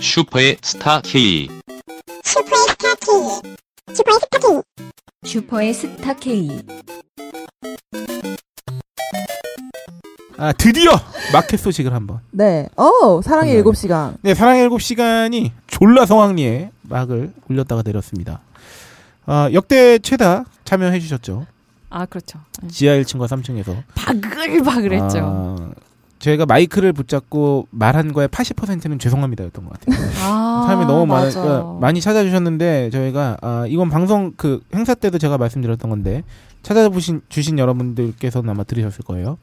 슈퍼의 스타 K. 슈퍼의 스타 K. 슈퍼의 스타 K. 슈퍼의 스타 K. 아 드디어 마켓 소식을 한번. 네. 어, 사랑의 네. 일곱 시간 네, 사랑의 일곱 시간이 졸라 성황리에 막을 굴렸다가 내렸습니다. 아, 역대 최다 참여해 주셨죠. 아 그렇죠. 네. 지하 1층과 3층에서. 바글바글했죠. 아, 제가 마이크를 붙잡고 말한 거의 80%는 죄송합니다였던 것 같아요. 아, 사람이 너무 많아, 맞아. 그러니까 많이 찾아주셨는데 저희가 아, 이건 방송 그 행사 때도 제가 말씀드렸던 건데 찾아보신 주신 여러분들께서는 아마 들으셨을 거예요.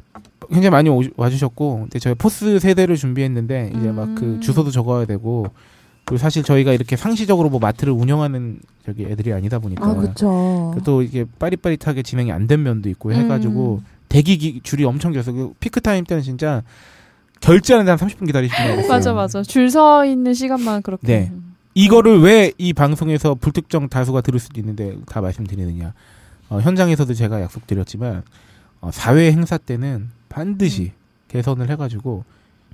굉장히 많이 오- 와주셨고 근데 저희 포스 세대를 준비했는데 이제 막 그 음. 주소도 적어야 되고 그리고 사실 저희가 이렇게 상시적으로 뭐 마트를 운영하는 저기 애들이 아니다 보니까 아, 그쵸. 네. 또 이게 빠릿빠릿하게 진행이 안 된 면도 있고 해가지고 음. 대기 기- 줄이 엄청 길어서 그 피크 타임 때는 진짜 결제하는 데한 30분 기다리시는 거예요. 맞아 맞아. 줄 서 있는 시간만 그렇게. 음. 네. 이거를 왜 이 방송에서 불특정 다수가 들을 수도 있는데 다 말씀드리느냐. 어, 현장에서도 제가 약속드렸지만 어, 사회 행사 때는 반드시 개선을 해가지고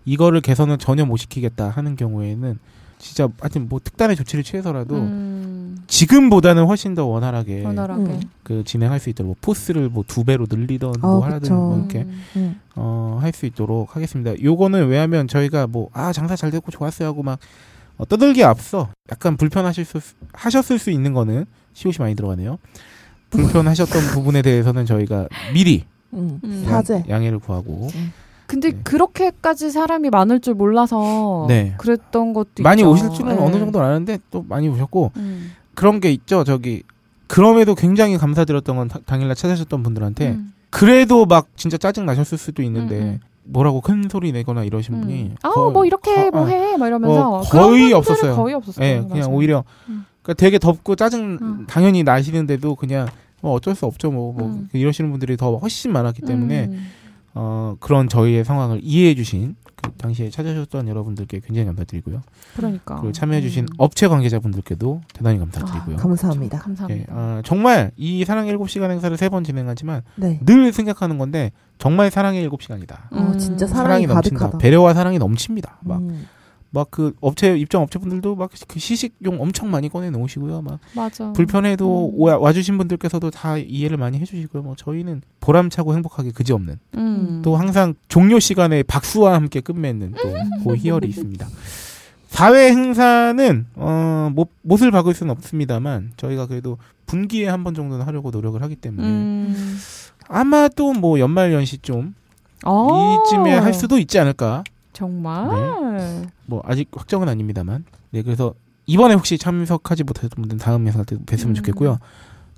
이거를 개선을 전혀 못 시키겠다 하는 경우에는 진짜 하여튼 뭐 특단의 조치를 취해서라도 음, 지금보다는 훨씬 더 원활하게 원활하게. 음. 그 진행할 수 있도록 뭐 포스를 뭐 두 배로 늘리던 뭐 아, 하라든 그쵸. 뭐 이렇게 음. 음. 어, 할 수 있도록 하겠습니다. 요거는 왜냐면 저희가 뭐, 아, 장사 잘 됐고 좋았어요 하고 막, 어, 떠들기 앞서 약간 불편하실 수, 하셨을 수 있는 거는, 시옷이 많이 들어가네요. 불편하셨던 부분에 대해서는 저희가 미리 음. 음. 사죄. 양해를 구하고, 근데 네. 그렇게까지 사람이 많을 줄 몰라서 네. 그랬던 것도 많이 있죠. 오실 줄은 네. 어느 정도는 아는데, 또 많이 오셨고, 음. 그런 게 있죠. 저기, 그럼에도 굉장히 감사드렸던 건 다- 당일날 찾아셨던 분들한테, 음. 그래도 막 진짜 짜증 나셨을 수도 있는데, 음, 음. 뭐라고 큰 소리 내거나 이러신 분이. 아우 거의- 뭐 이렇게 거- 아, 뭐 해 막 이러면서 어, 그런 거의 분들은 없었어요. 거의 없었어요. 예, 그냥 네, 맞아요. 오히려 음. 그러니까 되게 덥고 짜증 음. 당연히 나시는데도 그냥 뭐 어쩔 수 없죠 뭐, 뭐 음. 이러시는 분들이 더 훨씬 많았기 때문에 음. 어, 그런 저희의 상황을 이해해 주신 그 당시에 찾아주셨던 여러분들께 굉장히 감사드리고요. 그러니까 그리고 참여해 주신 음. 아, 업체 관계자분들께도 대단히 감사드리고요. 감사합니다. 예, 감사합니다. 아, 정말 이 사랑의 7시간 행사를 세 번 진행하지만 네. 늘 생각하는 건데 정말 사랑의 7시간이다. 어, 진짜 음. 사랑이 넘친다. 가득하다. 배려와 사랑이 넘칩니다. 막 음. 막 그 업체 입장 업체분들도 막 그 시식용 엄청 많이 꺼내 놓으시고요. 막 맞아. 불편해도 음. 와, 주신 분들께서도 다 이해를 많이 해주시고요. 뭐 저희는 보람차고 행복하게 그지없는 음. 또 항상 종료 시간에 박수와 함께 끝맺는 또그 희열이 있습니다. 사회 행사는 어, 못, 못을 박을 수는 없습니다만 저희가 그래도 분기에 한 번 정도는 하려고 노력을 하기 때문에 음. 아마도 뭐 연말 연시쯤 어. 이쯤에 할 수도 있지 않을까 정말. 뭐 아직 확정은 아닙니다만 네 그래서 이번에 혹시 참석하지 못하셨던 분들은 다음 행사 때 뵀으면 음. 좋겠고요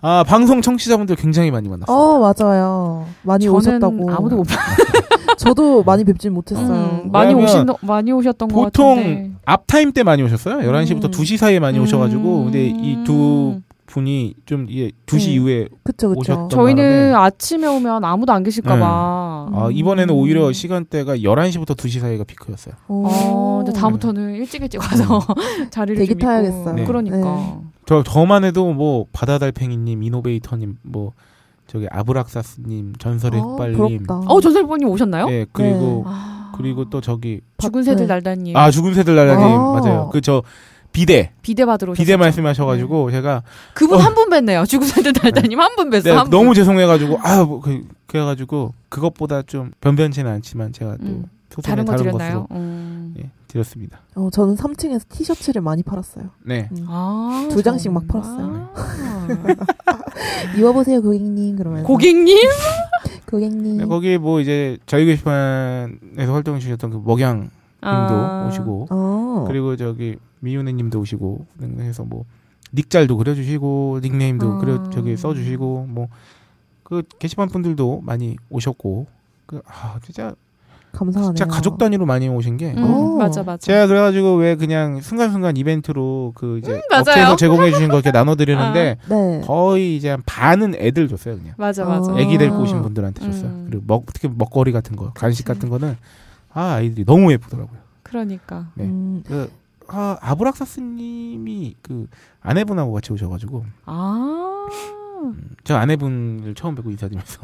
아 방송 청취자분들 굉장히 많이 만났어요 어, 맞아요. 많이 저는 오셨다고. 아무도 못 저도 많이 뵙진 못했어요. 음, 많이 왜냐면 오신 많이 오셨던 것 같은데. 보통 앞타임 때 많이 오셨어요 음. 11시부터 2시 사이에 많이 오셔가지고 근데 이 두 음. 분이 좀 이게 2시 음. 이후에 그쵸, 그쵸. 오셨던- 저희는 바람에- 아침에 오면 아무도 안 계실까봐. 네. 음. 아, 이번에는 오히려 시간대가 11시부터 2시 사이가 피크였어요 오. 어, 근데 다음부터는 일찍 일찍 와서 음. 자리를 대기 좀 있고. 타야겠어요. 네. 그러니까. 네. 저 저만 해도 뭐 바다달팽이님 이노베이터님 뭐 저기 아브락사스님 전설의 어, 흑발님 부럽다. 어, 전설번님 오셨나요? 예 그리고 아, 그리고 또 저기 죽은 새들 네. 날다님 아 죽은 새들 날라님 아. 맞아요 그 저 비대 비대 받으러 오셨죠. 네. 비대 말씀하셔가지고 제가 그분 어. 한 분 뵀네요. 죽은 새들 날다님 한 분 뵀어. 네, 한 분. 너무 죄송해가지고 아 뭐, 그, 그래가지고 그것보다 좀 변변치는 않지만 제가 또 음. 소송에 다른 거 네, 다른 드렸나요? 것으로 음. 예, 드렸습니다. 어, 저는 3층에서 티셔츠를 많이 팔았어요. 네. 음. 아, 두 장씩 막 정말? 입어보세요, 고객님. 그러면서. 고객님? 고객님. 음. 네, 거기 뭐 이제 저희 게시판에서 활동해 주셨던 그 먹양님도 아. 오시고 어. 그리고 저기 미윤혜님도 오시고 해서 뭐 닉잘도 그려주시고 닉네임도 아. 그려 저기 써주시고 뭐 그 게시판 분들도 많이 오셨고 그 아 진짜 감사하네요. 진짜 가족 단위로 많이 오신 게 음, 어. 맞아, 맞아. 제가 그래가지고 왜 그냥 순간순간 이벤트로 그 이제 맞아요. 업체에서 제공해 주신 거 이렇게 나눠 드리는데 음, 네. 거의 이제 한 반은 애들 줬어요 그냥 맞아, 어. 맞아. 애기 데리고 아. 오신 분들한테 줬어요 음. 그리고 먹 특히 먹거리 같은 거 간식 같은 거는 아 아이들이 너무 예쁘더라고요 그러니까. 네. 음, 그 아, 아브락사스님이 그 아내분하고 같이 오셔가지고 아. 저 아내분을 처음 뵙고 인사드리면서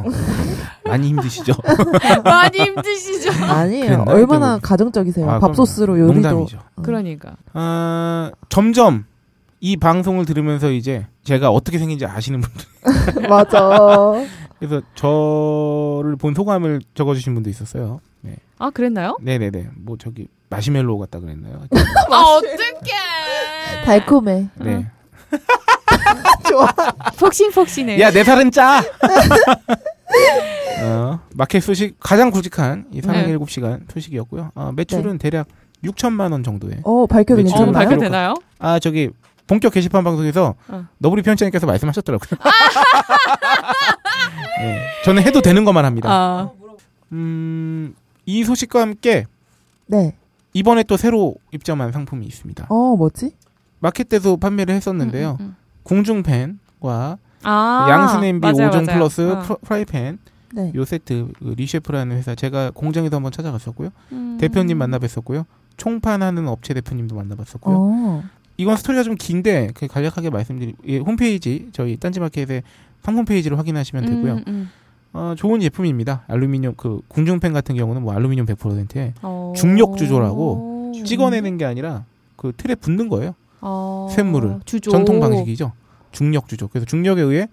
많이 힘드시죠? 많이 힘드시죠? 아니에요. 음, 그랬나? 얼마나 그때는- 가정적이세요. 아, 네, 밥소스로 요리도. 농담이죠. 어. 그러니까. 아, 점점 이 방송을 들으면서 이제 제가 어떻게 생긴지 아시는 분 맞아. 그래서 저를 본 소감을 적어주신 분도 있었어요. 네, 아 그랬나요? 네, 네. 뭐 저기 마시멜로우 같다 그랬나요? 아 어떡해. 달콤해. 네. 좋아. 폭신폭신해. 야, 내 살은 짜. 어, 마켓 소식 가장 굵직한 이 네. 3일 7시간 소식이었고요. 아, 매출은 대략 6천만 원 정도에. 어, 밝혀도 매출은 어, 괜찮나요? 밝혀- 발표되나요? 아, 저기 본격 게시판 방송에서 어. 너브리 편집장님께서 말씀하셨더라고요. 네, 저는 해도 되는 것만 합니다. 아, 음, 이 소식과 함께 네. 이번에 또 새로 입점한 상품이 있습니다. 어, 뭐지? 마켓에서 판매를 했었는데요. 음, 음, 음. 궁중팬과 아, 그 양스냄비 맞아요, 맞아요. 5종 플러스 어. 프라- 프라이팬 네. 요 세트 그 리셰프라는 회사 제가 공장에서 한번 찾아갔었고요. 음. 대표님 만나뵀었고요. 총판하는 업체 대표님도 만나봤었고요. 어. 이건 스토리가 좀 긴데 그 간략하게 말씀드리 예, 홈페이지 저희 딴지마켓의 상품 페이지를 확인하시면 되고요. 음, 음. 어, 좋은 제품입니다. 알루미늄 그 궁중팬 같은 경우는 뭐 알루미늄 100%에 어. 중력 주조라고 음. 찍어내는 게 아니라 그 틀에 붙는 거예요. 어. 샘물을. 주조. 전통 방식이죠. 중력 주조. 그래서 중력에 의해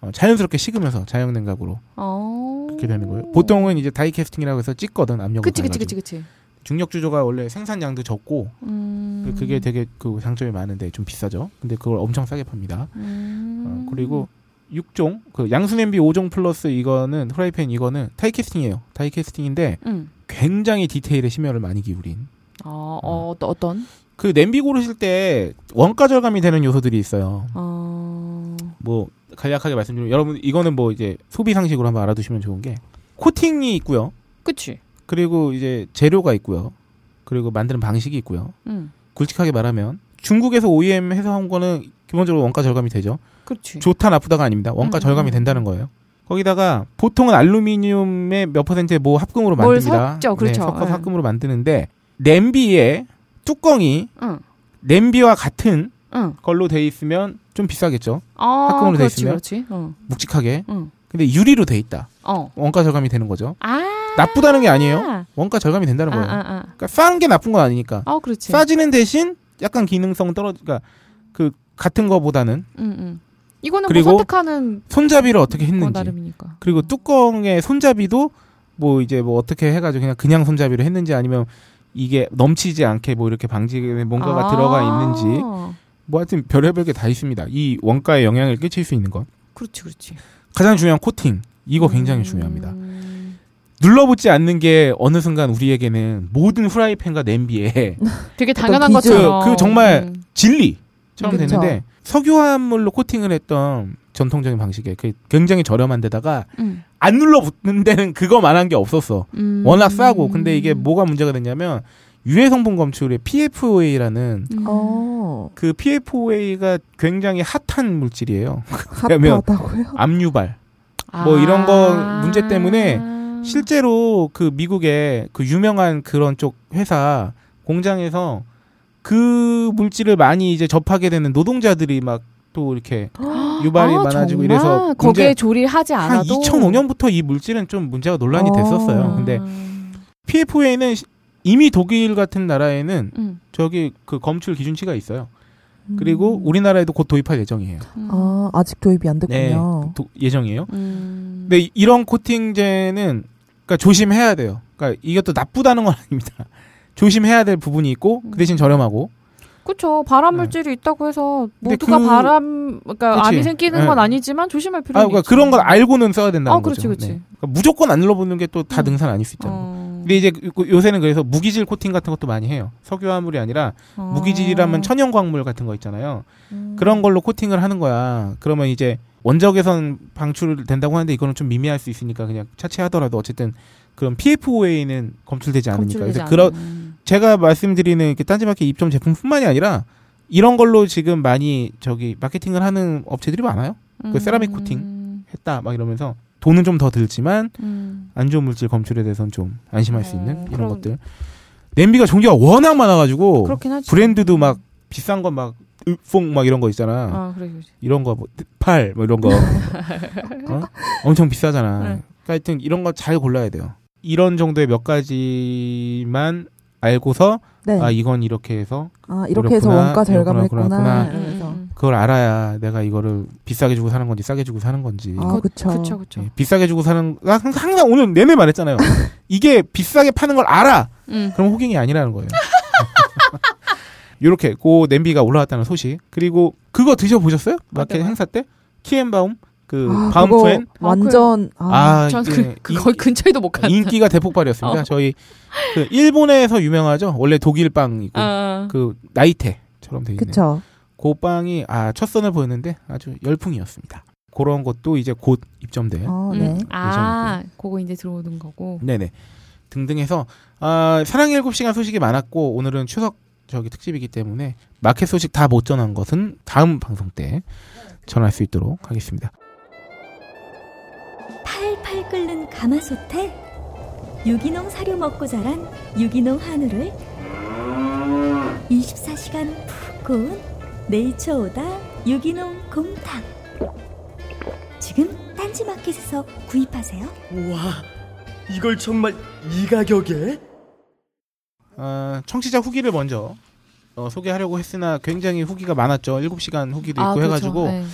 어, 자연스럽게 식으면서 자연 냉각으로 어. 그렇게 되는 거예요. 보통은 이제 다이캐스팅이라고 해서 찍거든 압력을 그치 그치 가해가지고. 그치 그치. 중력 주조가 원래 생산량도 적고 음. 그게 되게 그 장점이 많은데 좀 비싸죠. 근데 그걸 엄청 싸게 팝니다. 음. 어, 그리고 6종 그 양수 냄비 5종 플러스 이거는 프라이팬 이거는 다이캐스팅이에요. 다이캐스팅인데 음. 굉장히 디테일에 심혈을 많이 기울인. 어, 음. 어 어떤- 어떤? 그 냄비 고르실 때 원가 절감이 되는 요소들이 있어요. 어. 뭐 간략하게 말씀드리면 여러분 이거는 뭐 이제 소비 상식으로 한번 알아두시면 좋은 게 코팅이 있고요. 그치. 그리고 이제 재료가 있고요. 그리고 만드는 방식이 있고요. 음. 굵직하게 말하면 중국에서 OEM 해서 한 거는 기본적으로 원가 절감이 되죠. 그렇지. 좋다 나쁘다가 아닙니다. 원가 음, 절감이 음. 된다는 거예요. 거기다가 보통은 알루미늄의 몇 퍼센트의 뭐 합금으로 뭘 만듭니다. 섞죠. 그렇죠. 네, 섞어서 네. 합금으로 만드는데 냄비에 뚜껑이 응. 냄비와 같은 응. 걸로 돼 있으면 좀 비싸겠죠. 아, 합금으로 돼 그렇지, 있으면? 그렇지. 어. 묵직하게. 응. 근데 유리로 돼 있다. 어. 원가 절감이 되는 거죠. 아. 나쁘다는 게 아니에요. 아, 원가 절감이 아, 된다는 거예요. 아. 그러니까 싼 게 나쁜 건 아니니까. 아, 어, 그렇지. 싸지는 대신 약간 기능성 떨어 그러니까 그 같은 거보다는 응, 응. 이거는 그리고 뭐 선택하는 손잡이를 어떻게 거 했는지 나름이니까. 그리고 뚜껑의 손잡이도 뭐 이제 뭐 어떻게 해가지고 그냥 그냥 손잡이로 했는지 아니면 이게 넘치지 않게 뭐 이렇게 방지에 뭔가가 아. 들어가 있는지 뭐 하여튼 별의별 게 다 있습니다. 이 원가에 영향을 끼칠 수 있는 것 그렇지, 그렇지. 가장 중요한 코팅 이거 굉장히 중요합니다. 음, 눌러붙지 않는 게 어느 순간 우리에게는 모든 후라이팬과 냄비에 되게 당연한 기준. 것처럼. 그 정말 음. 진리처럼 그쵸. 됐는데 석유화합물로 코팅을 했던 전통적인 방식에 그 굉장히 저렴한데다가 음. 안 눌러붙는 데는 그거만한 게 없었어. 음. 워낙 싸고 근데 이게 뭐가 문제가 됐냐면 유해 성분 검출의 PFOA라는 음. 어. 그 PFOA가 굉장히 핫한 물질이에요. 어. 왜냐면- 아, 핫하다고요? 암 유발. 뭐 이런 거 문제 때문에 아. 실제로 그 미국의 그 유명한 그런 쪽 회사 공장에서 그 물질을 많이 이제 접하게 되는 노동자들이 막 또 이렇게 유발이 아, 많아지고 정말? 이래서 거기에 문제- 조리하지 한 않아도 음. 아. 2005년부터 이 물질은 좀 문제가 논란이 어. 됐었어요. 근데 PFA는 이미 독일 같은 나라에는 음, 저기 그 검출 기준치가 있어요. 음. 그리고 우리나라에도 곧 도입할 예정이에요. 음. 아, 아직 도입이 안 됐군요. 도- 예정이에요. 음. 근데 이- 이런 코팅제는 그러니까 조심해야 돼요. 그러니까 이것도 나쁘다는 건 아닙니다. 조심해야 될 부분이 있고 그 대신 저렴하고 그렇죠. 발암 네. 물질이 있다고 해서 근데 모두가 그- 발암 그러니까 그치. 암이 생기는 건 네. 아니지만 조심할 필요는 아, 그러니까 있죠. 그런 걸 알고는 써야 된다는 아, 그렇지, 거죠. 그렇지. 그러니까 무조건 안 눌러붙는 게 또 다 음. 능산 아닐 수 있잖아요. 어. 근데 이제 요- 요새는 그래서 무기질 코팅 같은 것도 많이 해요. 석유화물이 아니라 어. 무기질이라면 천연광물 같은 거 있잖아요. 음. 그런 걸로 코팅을 하는 거야. 그러면 이제 원적외선 방출된다고 하는데 이거는 좀 미미할 수 있으니까 그냥 차치하더라도 어쨌든 그런 PFOA는 검출되지 않으니까. 검출되지 그래서 그런 않는. 제가 말씀드리는 이렇게 딴지마켓 입점 제품뿐만이 아니라 이런 걸로 지금 많이 저기 마케팅을 하는 업체들이 많아요. 그 세라믹 코팅. 했다 막 이러면서 돈은 좀 더 들지만 음. 안 좋은 물질 검출에 대해서는 좀 안심할 수 있는 어, 이런 그럼- 것들. 냄비가 종류가 워낙 많아가지고 그렇긴 하지. 브랜드도 막 비싼 거 막 으퐁 막 이런 거 있잖아. 아 그래 그래. 이런 거, 뭐, 팔, 뭐 이런 거. 음. 어? 엄청 비싸잖아. 네. 그러니까 하여튼 이런 거 잘 골라야 돼요. 이런 정도의 몇 가지만 알고서, 네. 아, 이건 이렇게 해서, 아, 이렇게 해서 그렇구나, 원가 절감을 그렇구나, 음, 했구나. 그렇구나. 이러면서. 음. 그걸 알아야 내가 이거를 비싸게 주고 사는 건지, 싸게 주고 사는 건지. 아, 그쵸. 어, 그쵸 그쵸. 예, 비싸게 주고 사는, 나 항상- 항상 오늘 내내 말했잖아요. 이게 비싸게 파는 걸 알아! 음. 그럼 호갱이 아니라는 거예요. 요렇게, 그 냄비가 올라왔다는 소식. 그리고 그거 드셔보셨어요? 마켓 어때요? 행사 때? 키엔바움? 그, 아, 그거 바움프엔? 완전 아, 아, 전 이게 그, 그 거의 인- 근처에도 못 가. 인기가 대폭발이었습니다. 어. 저희 그 일본에서 유명하죠. 원래 독일 빵이고 아. 그 나이테처럼 돼 있는 그쵸. 그 빵이 아, 첫 선을 보였는데 아주 열풍이었습니다. 그런 것도 이제 곧 입점돼요. 아, 음. 네. 아 그거 이제 들어오는 거고. 네네 등등해서 아, 사랑의 7시간 소식이 많았고 오늘은 추석 저기 특집이기 때문에 마켓 소식 다 못 전한 것은 다음 방송 때 전할 수 있도록 하겠습니다. 팔팔 끓는 가마솥에 유기농 사료 먹고 자란 유기농 한우를 24시간 푹 구운 네이처오다 유기농 곰탕 지금 딴지마켓에서 구입하세요. 우와, 이걸 정말 이 가격에? 어, 청취자 후기를 먼저 어, 소개하려고 했으나 굉장히 후기가 많았죠. 7시간 후기도 있고 그렇죠. 해가지고 네.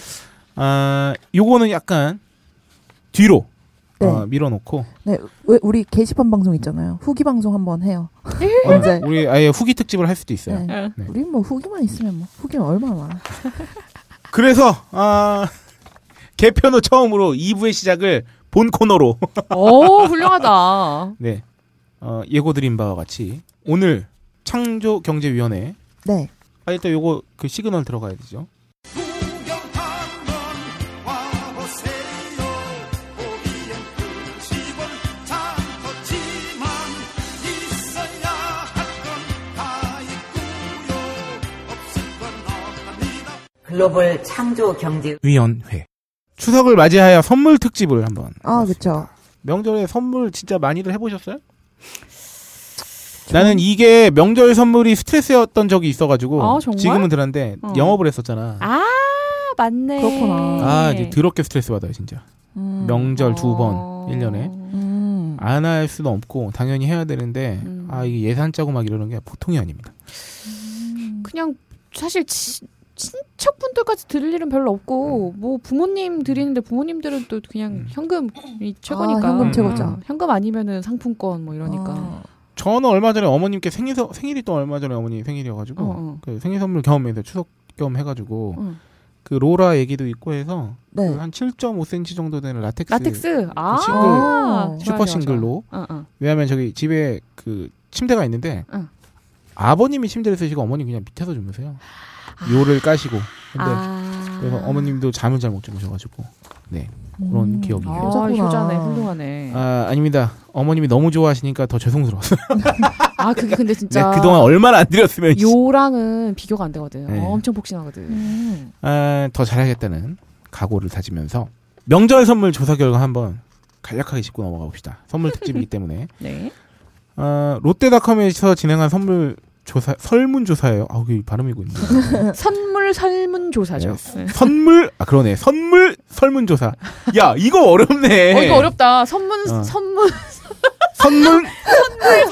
아, 요거는 약간 뒤로 네. 어, 밀어놓고 네. 왜 우리 게시판 방송 있잖아요. 후기 방송 한번 해요. 어, 언제? 우리 아예 후기 특집을 할 수도 있어요. 네. 네. 우리 뭐 후기만 있으면 뭐 후기는 얼마나 많아. 그래서 아, 개편 후 처음으로 2부의 시작을 본 코너로 오 어, 훌륭하다. 네. 어, 예고드린 바와 같이 오늘 창조경제위원회 네. 아 일단 요거 그 시그널 들어가야 되죠. 글로벌 창조 경제 위원회 추석을 맞이하여 선물 특집을 한번 아, 그쵸. 명절에 선물 진짜 많이들 해보셨어요? 나는 이게 명절 선물이 스트레스였던 적이 있어가지고 아, 정말? 지금은 들었는데 어. 영업을 했었잖아. 아 맞네. 그렇구나. 아, 이제 더럽게 스트레스 받아요 진짜. 음. 명절 두 어. 번 1년에 음. 아, 안 할 수는 없고 당연히 해야 되는데 음. 아 이게 예산 짜고 막 이러는 게 보통이 아닙니다. 그냥 사실 치- 친척분들까지 드릴 일은 별로 없고 뭐 부모님 드리는데 부모님들은 또 그냥 음. 현금이 최고니까 아, 현금 최고죠. 음, 현금 아니면은 상품권 뭐 이러니까 아. 저는 얼마 전에 어머님께 생일 선- 생일이 또 얼마 전에 어머니 생일이어가지고 어, 어. 그 생일 선물 경험해서 추석 겸 해가지고 음. 그 로라 얘기도 있고 해서 네. 그한 7.5cm 정도 되는 라텍스, 라텍스 아그 싱글. 좋아, 좋아, 슈퍼 좋아. 싱글로 어, 어. 왜냐하면 저기 집에 그 침대가 있는데 응. 아버님이 침대를 쓰시고 어머니 그냥 밑에서 주무세요. 요를 까시고 근데 아. 그래서 어머님도 잠을 잘 못 주무셔가지고 네. 그런 기억이 아, 있네요. 여자구나. 효자네 훌륭하네 아 아닙니다. 어머님이 너무 좋아하시니까 더 죄송스러웠어요. 아 그게 근데 네, 진짜 그동안 얼마나 안 드렸으면 요랑은 비교가 안 되거든 네. 어, 엄청 폭신하거든 음. 아, 더 잘하겠다는 각오를 다지면서 명절 선물 조사 결과 한번 간략하게 짚고 넘어가 봅시다. 선물 특집이기 때문에 네 아, 롯데닷컴에서 진행한 선물 조사 설문 조사예요. 아, 그 발음이고 있네. 선물 설문 조사죠 네. 선물 아 그러네. 선물 설문 조사. 야, 이거 어렵네. 어 이거 어렵다 선문 어. 선문 선물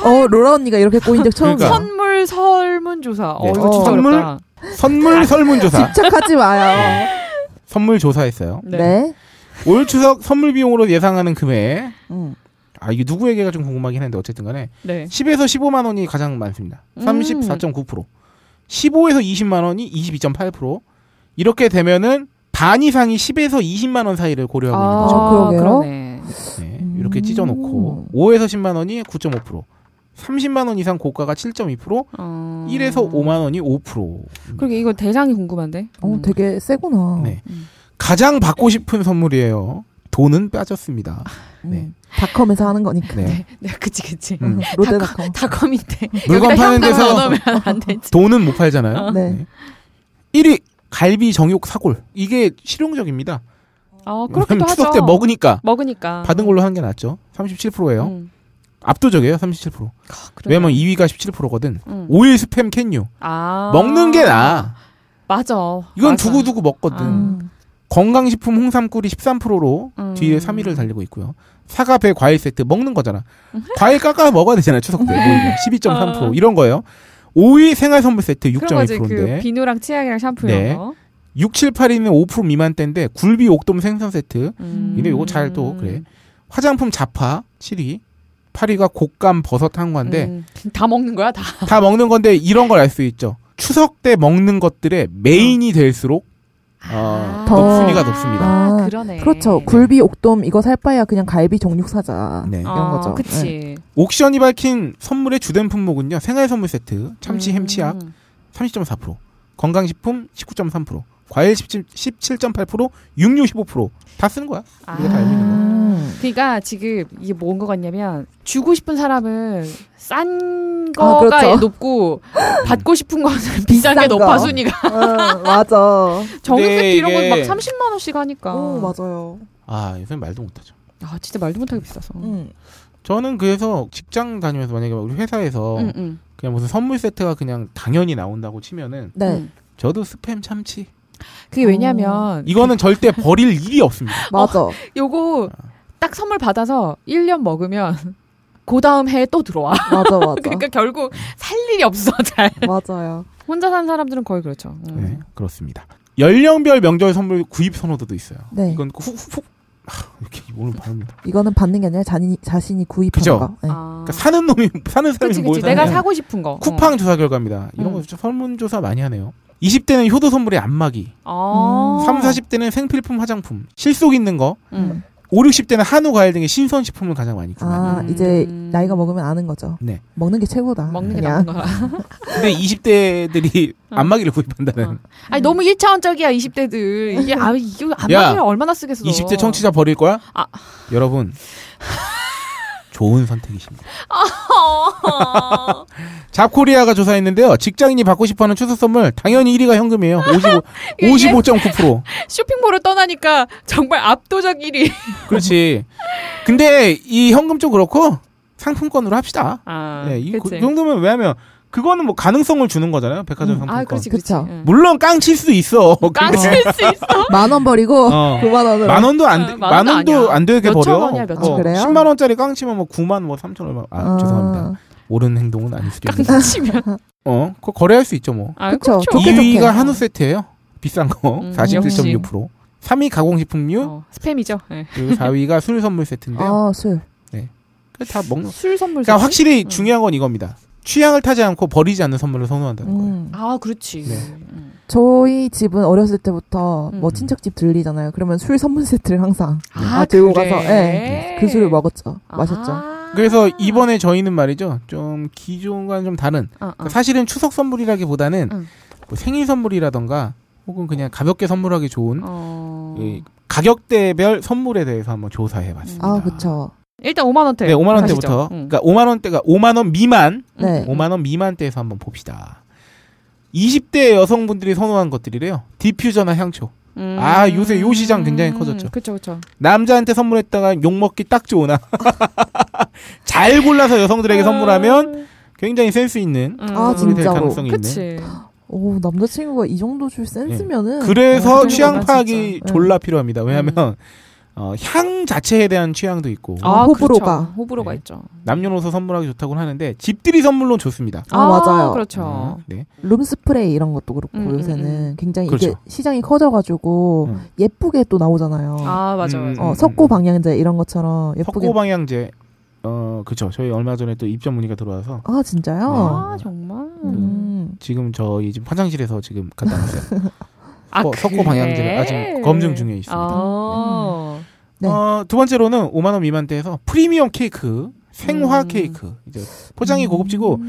어, 로라 언니가 이렇게 꼬인 적 처음이야. 그러니까. 선물 설문 조사. 어 네. 이거 진짜 선물? 어렵다. 선물 설문 조사. 착하지 마요. 선물 조사했어요. 아, 네. 올 추석 선물 비용으로 예상하는 금액. 음. 아, 이게 누구 얘기가 좀 궁금하긴 했는데 어쨌든 간에 네. 10에서 15만 원이 가장 많습니다. 음. 34.9%. 15에서 20만 원이 22.8%. 이렇게 되면은 반 이상이 10에서 20만 원 사이를 고려하고 있는 거죠. 아, 그러게요. 그러네. 네, 음. 이렇게 찢어놓고 5에서 10만 원이 9.5%. 30만 원 이상 고가가 7.2%, 어... 1에서 5만 원이 5%. 그러게 이거 대상이 궁금한데. 어, 되게 세구나. 음. 네. 그렇죠. 음. 가장 받고 싶은 선물이에요. 돈은 빠졌습니다. 음. 네. 닷컴에서 하는 거니까. 네. 아. 네, 그치 그치. 음. 롯데닷컴. 닷컴인데 물건 여기다 파는 현금을 데서 넣으면 안 되지. 돈은 못 어. 팔잖아요. 네. 1위 갈비 정육 사골. 이게 실용적입니다. 어 그렇기도 하죠. 추석 때 먹으니까 먹으니까 받은 걸로 하는 게 낫죠. 37%예요. 음. 아, 압도적이에요. 37%. 그래요? 왜냐면 2위가 17%거든. 음. 오일 스팸 캔유. 아 먹는 게 나아. 맞아. 이건 맞아. 두고두고 먹거든. 아. 음. 건강식품 홍삼꿀이 13%로 음. 뒤에 3위를 달리고 있고요. 사과, 배, 과일 세트 먹는 거잖아. 과일 깎아 먹어야 되잖아요. 추석 때. 뭐 모이면. 12.3% 아. 이런 거예요. 5위 생활 선물 세트 그런 거지 그 6.2%인데 비누랑 치약이랑 샴푸 네. 이런 거. 6, 7, 8위는 5% 미만대인데 굴비, 옥돔, 생선 세트. 음. 근데 요거 잘 또 그래. 화장품 자파 7위. 8위가 곶감 버섯 한과인데 음. 다 먹는 거야 다. 다 먹는 건데 이런 걸 알 수 있죠. 추석 때 먹는 것들의 메인이 될수록 어, 더 높순위가 높습니다. 아, 아, 그러네. 그렇죠. 굴비, 옥돔 이거 살 바야 그냥 갈비 정육 사자. 네. 이런 거죠. 네. 아, 그치. 옥션이 밝힌 선물의 주된 품목은요. 생활 선물 세트, 참치 햄치약 음. 30.4%, 건강식품 19.3%, 과일 17.8%, 육류 15%다 쓰는 거야. 아. 이게 다 알고 있는 네. 음. 그러니까 지금 이게 뭔 거 같냐면 주고 싶은 사람은 싼 아, 거가 예, 그렇죠. 높고 받고 싶은 거는 비싼 게 비싼 거. 높아 순위가. 어, 맞아. 정액 세트 이런 네, 이게- 건 막 30만 원씩 하니까. 오, 맞아요. 아, 요새 말도 못하죠. 아 진짜 말도 못하게 비싸서. 음. 저는 그래서 직장 다니면서 만약에 우리 회사에서 응, 응. 그냥 무슨 선물 세트가 그냥 당연히 나온다고 치면은 네, 어. 음. 저도 스팸 참치 그게 왜냐면 이거는 절대 버릴 일이 없습니다. 맞아. 어. 요거 딱 선물 받아서 1년 먹으면 그 다음 해에 또 들어와. 맞아, 맞아. 그러니까 결국 살 일이 없어 잘. 맞아요. 혼자 사는 사람들은 거의 그렇죠. 음. 네, 그렇습니다. 연령별 명절 선물 구입 선호도도 있어요. 네. 이건 훅훅 이렇게 오늘 발음. 그러니까 이거는 받는 게 아니라 자신이, 자신이 구입한 그죠? 거. 네. 아. 그러니까 사는 놈이 사는 사람이 그치 뭘 그치. 사냐. 내가 사고 싶은 거. 쿠팡 조사 결과입니다. 이런 거 음. 진짜 설문조사 많이 하네요. 20대는 효도 선물에 안마기, 어. 아. 3, 40대는 생필품 화장품, 실속 있는 거, 음. 5, 60대는 한우 과일 등의 신선 식품을 가장 많이 구매합니다. 아, 음. 이제 나이가 먹으면 아는 거죠. 네. 먹는 게 최고다. 먹는 게 그냥. 나은 거야. 근데 20대들이 어. 안마기를 구입한다는 어. 아니 너무 1차원적이야 20대들. 이게 아 이거 안 야, 맞으면 얼마나 쓰겠어. 20대 청취자 버릴 거야? 아. 여러분 좋은 선택이십니다. 어. 잡코리아가 조사했는데요. 직장인이 받고 싶어하는 추석 선물 당연히 1위가 현금이에요. 55 이게- 55.9%. 쇼핑몰을 떠나니까 정말 압도적 1위. 그렇지. 근데 이 현금 좀 그렇고 상품권으로 합시다. 아. 네, 이, 그, 그치. 정도면 왜냐하면 그거는 뭐 가능성을 주는 거잖아요. 백화점 음. 상품권. 아 그렇지 그렇지. 그쵸. 응. 물론 깡칠 수 있어. 깡칠 수 있어. 만원 버리고, 어. 9만 원을. 만 원도 안, 아, 돼- 만 만 원도 원도 아니야. 안 되게 몇천 버려. 원이야, 몇천 어, 네. 원. 그래요? 10만 원짜리 깡치면 뭐 9만 뭐 3천 얼마. 아, 죄송합니다. 옳은 행동은 아닐 수도 있는데. 치면. 어, 그거 거래할 수 있죠 뭐. 아, 그쵸. 그쵸. 좋게, 2위가 좋게. 한우 세트예요. 비싼 거. 음, 47.6%. 3위 가공식품류. 어, 스팸이죠. 예. 그리고 4위가 술 선물 세트인데요. 아, 술. 그다 먹는. 술 선물. 그러니까 세트? 확실히 음. 중요한 건 이겁니다. 취향을 타지 않고 버리지 않는 선물을 선호한다는 거예요. 음. 아 그렇지. 네. 음. 저희 집은 어렸을 때부터 음. 뭐 친척집 들리잖아요. 그러면 술 선물 세트를 항상 아, 네. 아, 들고 그래. 가서 예, 그 술을 먹었죠. 마셨죠. 네. 아. 그래서 이번에 저희는 말이죠. 좀 기존과는 좀 다른. 아, 어. 아. 그러니까 사실은 추석 선물이라기보다는 음. 뭐 생일 선물이라던가 혹은 그냥 가볍게 선물하기 좋은 어. 음? 이 가격대별 선물에 대해서 한번 조사해 봤습니다. 음. 아, 그쵸. 일단 5만 원대. 네, 5만 원대부터. 그러니까 5만 원대가 5만 원 미만, 네. 음. 5만 원 미만대에서 한번 봅시다. 20대 여성분들이 선호한 것들이래요. 디퓨저나 향초. 음. 아, 요새 요 시장 굉장히 커졌죠. 음. 그렇죠, 그렇죠. 남자한테 선물했다가 욕먹기 딱 좋으나. 잘 골라서 여성들에게 선물하면 굉장히 센스 있는 아, 선물이 음. 될 어. 진짜로. 가능성이 있네. 음. 그치. 오, 남자친구가 이 정도 줄 센스면은. 네. 그래서 어, 그 취향 정도가 파악이 뭐 진짜. 졸라 필요합니다. 왜냐하면 어, 향 자체에 대한 취향도 있고 아, 호불호가. 그렇죠. 호불호가 네. 있죠. 남녀노소 선물하기 좋다고 하는데 집들이 선물로 좋습니다. 아, 맞아요. 그렇죠. 네. 룸스프레이 이런 것도 그렇고 음, 음, 요새는 음. 굉장히 이게 그렇죠. 시장이 커져가지고 음. 예쁘게 또 나오잖아요. 아, 맞아, 음, 맞아. 어, 석고 방향제 이런 것처럼 예쁘게. 석고 방향제. 어, 그쵸. 저희 얼마 전에 또 입점 문의가 들어와서 아, 진짜요? 아, 정말. 음. 지금 저희 지금 화장실에서 지금 갔다 왔어요. 아, 뭐, 석고- 석고 방향제를 아직 검증 중에 있습니다. 아. 네. 어, 두 번째로는 5만 원 미만대에서 프리미엄 케이크, 생화 음. 케이크. 이제 포장이 음. 고급지고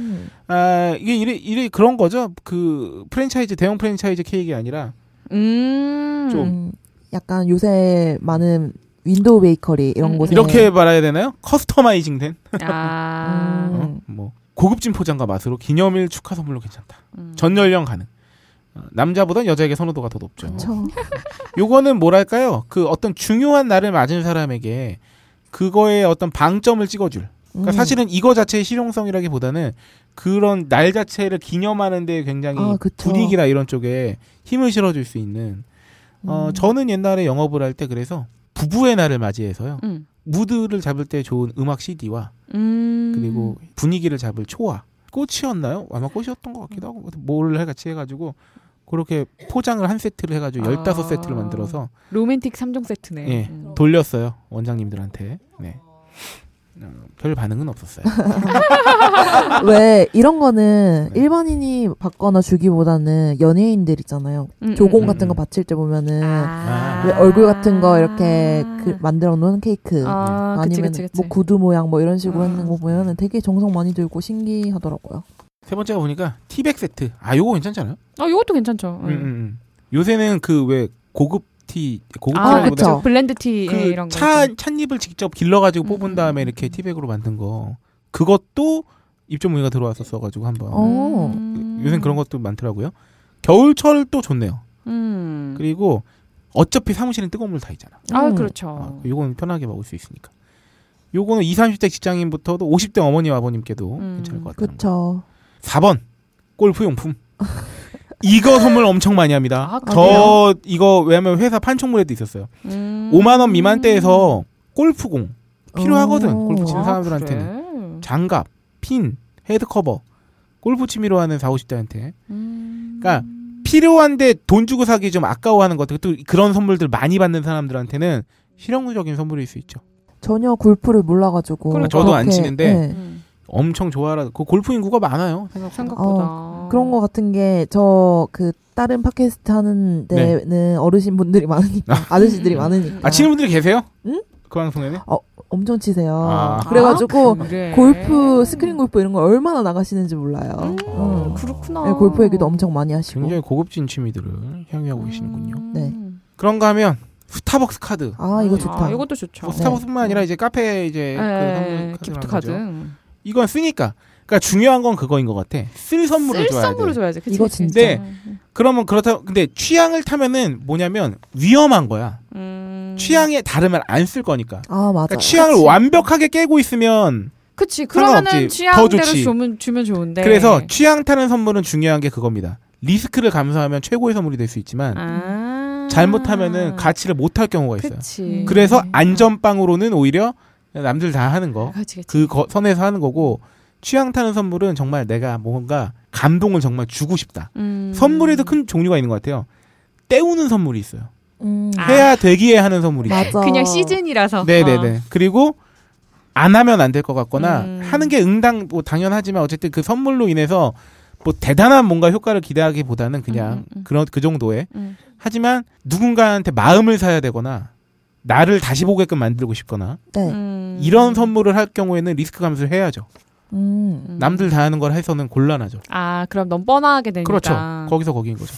아, 이게 이래 이래 그런 거죠. 그 프랜차이즈 대형 프랜차이즈 케이크가 아니라 음. 좀. 음, 약간 요새 많은 윈도우 베이커리 이런 음. 곳에 이렇게 말해야 되나요? 커스터마이징 된 아. 음. 어? 뭐 고급진 포장과 맛으로 기념일 축하 선물로 괜찮다. 음. 전 연령 가능. 어, 남자보단 여자에게 선호도가 더 높죠. 그쵸. 요거는 뭐랄까요? 그 어떤 중요한 날을 맞은 사람에게 그거에 어떤 방점을 찍어줄 음. 그러니까 사실은 이거 자체의 실용성이라기보다는 그런 날 자체를 기념하는데 굉장히 아, 그쵸. 분위기나 이런 쪽에 힘을 실어줄 수 있는. 어, 음. 저는 옛날에 영업을 할 때 그래서 부부의 날을 맞이해서요. 음. 무드를 잡을 때 좋은 음악 CD와 음. 그리고 분위기를 잡을 초와 꽃이었나요? 아마 꽃이었던 것 같기도 하고 뭘 같이 해가지고 그렇게 포장을 한 세트를 해가지고 아. 15세트를 만들어서 로맨틱 3종 세트네. 예. 음. 돌렸어요 원장님들한테 네. 어, 별 반응은 없었어요 왜 이런 거는 일반인이 받거나 주기보다는 연예인들 있잖아요. 음, 조공 음, 같은 거 음. 바칠 때 보면은 아. 왜 얼굴 같은 거 이렇게 그 만들어 놓은 케이크 아, 그치, 아니면 그치, 그치. 뭐 구두 모양 뭐 이런 식으로 아. 음. 하는 거 보면은 되게 정성 많이 들고 신기하더라고요. 세 번째가 보니까 티백 세트 아 요거 괜찮잖아요 아, 이것도 괜찮죠. 음, 예. 음, 음. 요새는 그 왜 고급 티 고급 아, 그쵸. 티라기보다 그쵸. 블렌드 티 예, 이런 거. 뭐 그차 찻잎을 직접 길러가지고 뽑은 음. 다음에 이렇게 티백으로 만든 거 그것도 입점 문의가 들어왔었어가지고 한번 어. 음. 요새 그런 것도 많더라고요. 겨울철 또 좋네요. 음. 그리고 어차피 사무실은 뜨거운 물 다 있잖아. 아, 음. 그렇죠. 요건 편하게 먹을 수 있으니까. 요거는 20, 30대 직장인부터도 50대 어머니 아버님께도 음. 괜찮을 것 같아요. 그쵸. 4번 골프 용품. 이거 선물 엄청 많이 합니다. 아, 저 이거 왜냐면 회사 판촉물에도 있었어요. 음. 5만 원 미만대에서 골프공 필요하거든. 오. 골프 치는 아, 사람들한테는 그래? 장갑, 핀, 헤드커버. 골프 취미로 하는 4, 50대한테 음. 그러니까 필요한데 돈 주고 사기 좀 아까워하는 것 같아요. 또 그런 선물들 많이 받는 사람들한테는 실용적인 선물일 수 있죠. 전혀 골프를 몰라가지고. 그러니까 저도 안 그렇게, 치는데. 네. 어, 음. 엄청 좋아하라. 그 골프 인구가 많아요. 생각보다 그런 거 같은 게, 저, 그, 다른 팟캐스트 하는 데는 어르신 분들이 많으니까, 아저씨들이 많으니까. 네. 아 치는 분들이 계세요? 응? 그 방송에는? 엄청 치세요. 아. 그래가지고, 아, 그래. 골프, 스크린 골프 이런 걸 얼마나 나가시는지 몰라요. 음, 네. 음. 그렇구나. 네, 골프 얘기도 엄청 많이 하시고. 굉장히 고급진 취미들을 향유하고 계시는군요. 어? 음. 네. 그런가 하면 스타벅스 카드. 아, 이거 좋다. 아, 네. 이것도 좋죠. 뭐 스타벅스뿐만 아니라 이제 카페 이제 그 선물 예, 카드라는 기프트 카드. 거죠. 이건 쓰니까. 그러니까 중요한 건 그거인 것 같아. 쓸 선물을 쓸 줘야 선물을 돼. 줘야지. 그치, 이거 그치. 진짜. 네. 그러면 그렇다. 근데 취향을 타면은 뭐냐면 위험한 거야. 음. 취향에 다르면 안 쓸 거니까. 아, 맞아. 그러니까 취향을 그치. 완벽하게 깨고 있으면 그치. 그러면은 상관없지. 취향대로 더 좋지. 주면, 주면 좋은데. 그래서 취향 타는 선물은 중요한 게 그겁니다. 리스크를 감수하면 최고의 선물이 될 수 있지만 아. 잘못하면은 가치를 못 할 경우가 있어요. 그치. 음. 그래서 안전빵으로는 오히려 남들 다 하는 거 그 아, 그치, 그치. 선에서 하는 거고 취향 타는 선물은 정말 내가 뭔가 감동을 정말 주고 싶다. 음. 선물에도 큰 종류가 있는 것 같아요. 때우는 선물이 있어요. 음, 아. 해야 되기에 하는 선물이 있어요. 맞아. 그냥 시즌이라서. 네네네. 그리고 안 하면 안 될 것 같거나 음. 하는 게 응당 뭐 당연하지만 어쨌든 그 선물로 인해서 뭐 대단한 뭔가 효과를 기대하기보다는 그냥 음, 음, 음. 그런 그 정도의 음. 하지만 누군가한테 마음을 사야 되거나 나를 다시 보게끔 만들고 싶거나 네. 음. 이런 선물을 할 경우에는 리스크 감수를 해야죠. 음. 음. 남들 다 하는 걸 해서는 곤란하죠. 아, 그럼 너무 뻔하게 되니까. 그렇죠. 거기서 거기인 거죠.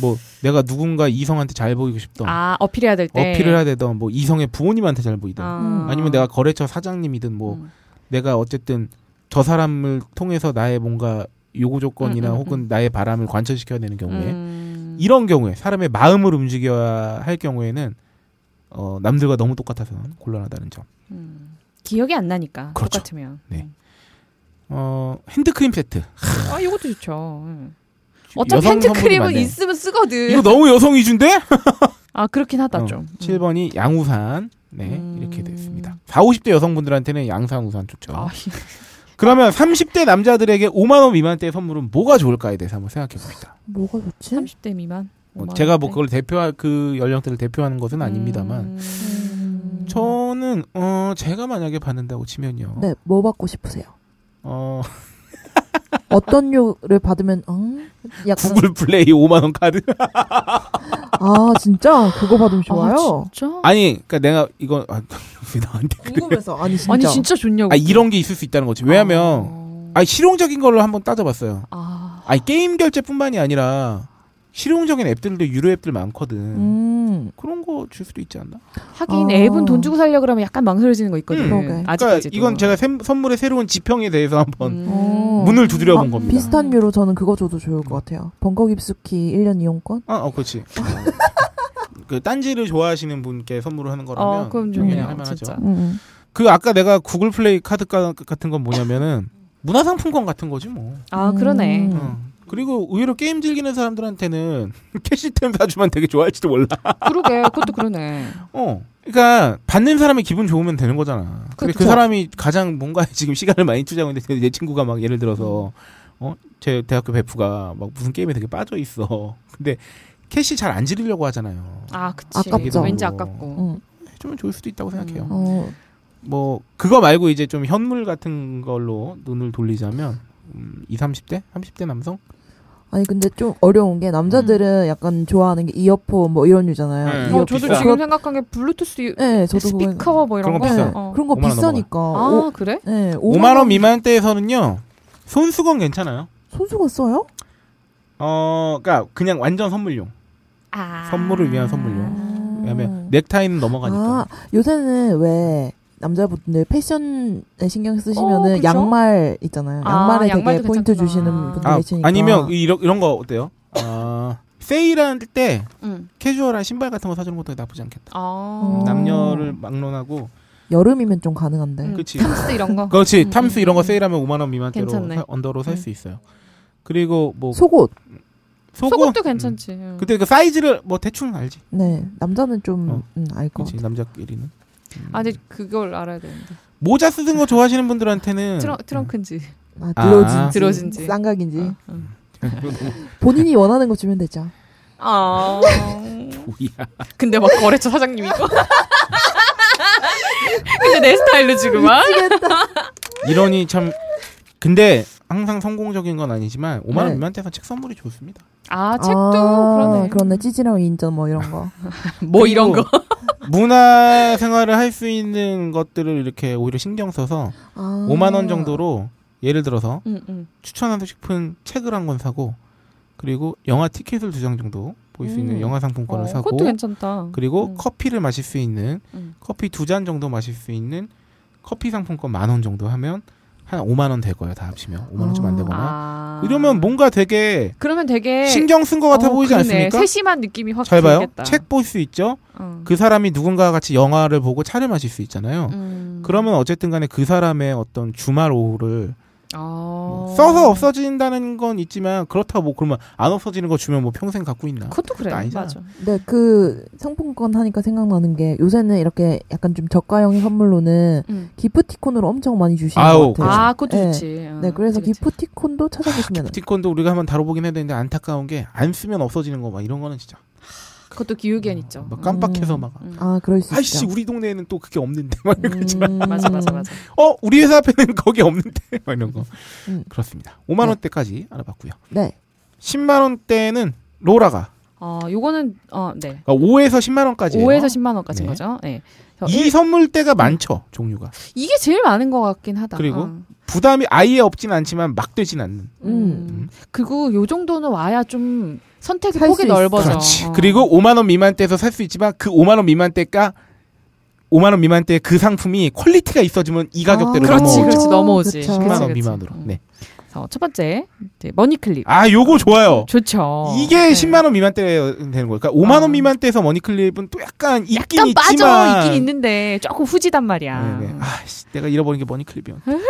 뭐 내가 누군가 이성한테 잘 보이고 싶던 아, 어필해야 될 때. 어필을 해야 되던 뭐 이성의 부모님한테 잘 보이던 아. 어. 아니면 내가 거래처 사장님이든 뭐 음. 내가 어쨌든 저 사람을 통해서 나의 뭔가 요구 조건이나 음, 음, 혹은 나의 바람을 관철시켜야 되는 경우에 음. 이런 경우에 사람의 마음을 움직여야 할 경우에는 어, 남들과 너무 똑같아서는 곤란하다는 점. 음. 기억이 안 나니까. 그렇죠. 똑같으면. 음. 네. 어, 핸드크림 세트. 아, 이것도 좋죠. 음. 어차피 여성 선물이 핸드크림은 많네. 있으면 쓰거든. 이거 너무 여성 위주인데? 아, 그렇긴 하다, 어, 좀. 음. 7번이 양우산. 네, 음. 이렇게 됐습니다. 40, 50대 여성분들한테는 양산우산 좋죠. 아, 그러면 30대 남자들에게 5만원 미만대 의 선물은 뭐가 좋을까에 대해서 한번 생각해 봅시다. 뭐가 좋지? 30대 미만. 어, 오만 제가 뭐 원대? 그걸 대표할, 그 연령대를 대표하는 것은 아닙니다만, 음. 저는 어 제가 만약에 받는다고 치면요. 네, 뭐 받고 싶으세요? 어 어떤 요를 받으면, 응? 약간, 구글 플레이 5만 원 카드. 아, 진짜? 그거 받으면 좋아요? 아, 진짜? 아니, 그러니까 내가 이거 아, 왜 나한테 그래? 궁금해서. 아니, 진짜. 아니 진짜 좋냐고. 아 이런 게 있을 수 있다는 거지. 왜냐면 어. 아 실용적인 걸로 한번 따져봤어요. 아. 아니 게임 결제뿐만이 아니라 실용적인 앱들도 유료 앱들 많거든. 음. 그런 거 줄 수도 있지 않나? 하긴 아. 앱은 돈 주고 살려 그러면 약간 망설여지는 거 있거든. 음. 그러게. 아직까지도. 그러니까 이건 제가 샘- 선물의 새로운 지평에 대해서 음. 한번 어. 문을 두드려 본 아, 겁니다. 비슷한 유로 저는 그거 줘도 좋을 것 같아요. 벙커 깁스키 1년 이용권? 아, 어, 그렇지. 그 딴지를 좋아하시는 분께 선물을 하는 거라면 어, 그럼 당연히 좋네요. 할만하죠. 진짜. 음. 그 아까 내가 구글 플레이 카드 가- 같은 건 뭐냐면은 문화상품권 같은 거지 뭐. 아 그러네. 음. 어. 그리고 의외로 게임 즐기는 사람들한테는 캐시템 사주면 되게 좋아할지도 몰라. 그러게 그것도 그러네. 어. 그러니까 받는 사람의 기분 좋으면 되는 거잖아. 근데 그 그쵸. 사람이 가장 뭔가에 지금 시간을 많이 투자하고 있는데 내 친구가 막 예를 음. 들어서 어 제 대학교 베프가 막 무슨 게임에 되게 빠져 있어. 근데 캐시 잘 안 지르려고 하잖아요. 아 그치. 아깝죠. 왠지 음. 아깝고. 응. 좀 좋을 수도 있다고 생각해요. 음. 어, 뭐 그거 말고 이제 좀 현물 같은 걸로 눈을 돌리자면 음, 2, 30대, 30대 남성? 아니 근데 좀 어려운 게 음. 남자들은 약간 좋아하는 게 이어폰 뭐 이런 네. 유잖아요. 이거 어, 저도 비싸. 지금 생각한 게 블루투스 네, 저도 그거- 네, 스피커 뭐 이런 그런 거. 거 비싸. 어. 그런 거 5만 원 비싸니까. 오, 아 그래? 네, 5만 원 미만대에서는요. 손수건 괜찮아요. 손수건 써요? 어, 그러니까 그냥 완전 선물용. 아. 선물을 위한 선물용. 음. 네. 왜냐면 넥타이는 넘어가니까. 아, 요새는 왜 남자분들 패션에 신경 어, 쓰시면은 그죠? 양말 있잖아요. 아, 양말에 되게 양말도 포인트 괜찮구나. 주시는 분들 아, 계시니까. 아니면 이- 이런 이런 거 어때요? 아, 세일할 때 응. 캐주얼한 신발 같은 거 사주는 것도 나쁘지 않겠다. 음. 아. 음. 남녀를 막론하고 여름이면 좀 가능한데. 음. 그치. 탑스 이런 거. 그렇지 어. 음, 탐스 음, 이런 음. 거 세일하면 5만 원 미만대로 괜찮네. 음. 사- 언더로 살 수 있어요. 그리고 뭐 속옷. 속옷? 속옷도 음. 괜찮지. 응. 그때 그 사이즈를 뭐 대충 알지. 네, 남자는 좀 어. 음, 알것 그렇지 같아요. 남자끼리는. 음. 아, 근데 그걸 알아야 되는데. 모자 쓰는 거 좋아하시는 분들한테는 트렁, 트렁크인지. 아, 아. 들어진지, 들어진지. 쌍각인지 아, 응. 본인이 원하는 거 주면 되죠. 아. 뭐야? 근데 막 거래처 사장님 이거. 근데 내 스타일로 지금 아? 막. 이러니 참 근데 항상 성공적인 건 아니지만 5만 원 네. 미만대에서 책 선물이 좋습니다. 아, 책도 아, 그러네. 그러네. 찌질하고 인전 뭐 이런 거. 뭐 이런 거. 문화 생활을 할 수 있는 것들을 이렇게 오히려 신경 써서 음. 아. 5만 원 정도로 예를 들어서 응, 음, 응. 추천하고 싶은 책을 한 권 사고 그리고 영화 티켓을 두 장 정도 볼 수 있는 음. 영화 상품권을 어, 사고 그것도 괜찮다. 그리고 음. 커피를 마실 수 있는 음. 커피 두 잔 정도 마실 수 있는 커피 상품권 만 원 정도 하면 한 5만 원 될 거예요 다 합치면 5만 원 좀 안 아. 되거나 아. 이러면 뭔가 되게 그러면 되게 신경 쓴 것 같아 어, 보이지 그러네. 않습니까? 세심한 느낌이 확 잘 봐요. 들겠다. 책 볼 수 있죠. 어. 그 사람이 누군가와 같이 영화를 보고 차를 마실 수 있잖아요. 음. 그러면 어쨌든 간에 그 사람의 어떤 주말 오후를 아. 뭐 써서 없어진다는 건 있지만 그렇다고 뭐 그러면 안 없어지는 거 주면 뭐 평생 갖고 있나? 그것도 그래. 그것도 아니잖아. 맞아. 네, 그 상품권 하니까 생각나는 게 요새는 이렇게 약간 좀 저가형 선물로는 음. 기프티콘으로 엄청 많이 주시는 아우, 그렇죠. 것 같아요. 아, 그것도 네. 좋지. 어, 네, 그래서 그치, 그치. 기프티콘도 찾아보시면 기프티콘도 우리가 한번 다뤄보긴 해야 되는데 안타까운 게 안 쓰면 없어지는 거 막 이런 거는 진짜 그것도 기후견 있죠. 막뭐 깜빡해서 음. 막 아, 그럴 수 아이씨 있죠. 우리 동네에는 또 그게 없는데 막 이러고 음. 맞아 맞아 맞아. 어 우리 회사 앞에는 거기 없는데 막 이런 거 음. 그렇습니다. 5만 네. 원대까지 알아봤고요. 네. 10만 원대는 로라가 아, 요거는 어, 네. 그러니까 5에서 10만 원까지예요. 5에서 10만 원까지인 음. 네. 거죠. 네. 저 이 선물대가 많죠 종류가 이게 제일 많은 것 같긴 하다. 그리고? 어. 부담이 아예 없진 않지만 막 되진 않는 음. 음. 그리고 요 정도는 와야 좀 선택의 살수 폭이 있어. 넓어져. 그렇지. 어. 그리고 5만 원 미만대에서 살 수 있지만 그 5만 원 미만대가 5만 원 미만대 그 상품이 퀄리티가 있어지면 이 가격대로 아, 그렇지, 넘어오죠. 그렇지 넘어오지. 그쵸. 10만 그치, 원 그치. 미만으로. 음. 네. 자, 첫 번째 이제 머니클립. 아, 요거 좋아요. 좋죠. 이게 네. 10만 원 미만대 되는 거니까 5만 아. 원 미만대에서 머니클립은 또 약간 있긴 약간 빠져 있지만 있긴 음. 있는데 조금 후지단 말이야. 네, 네. 아, 씨, 내가 잃어버린 게 머니클립이야. 음.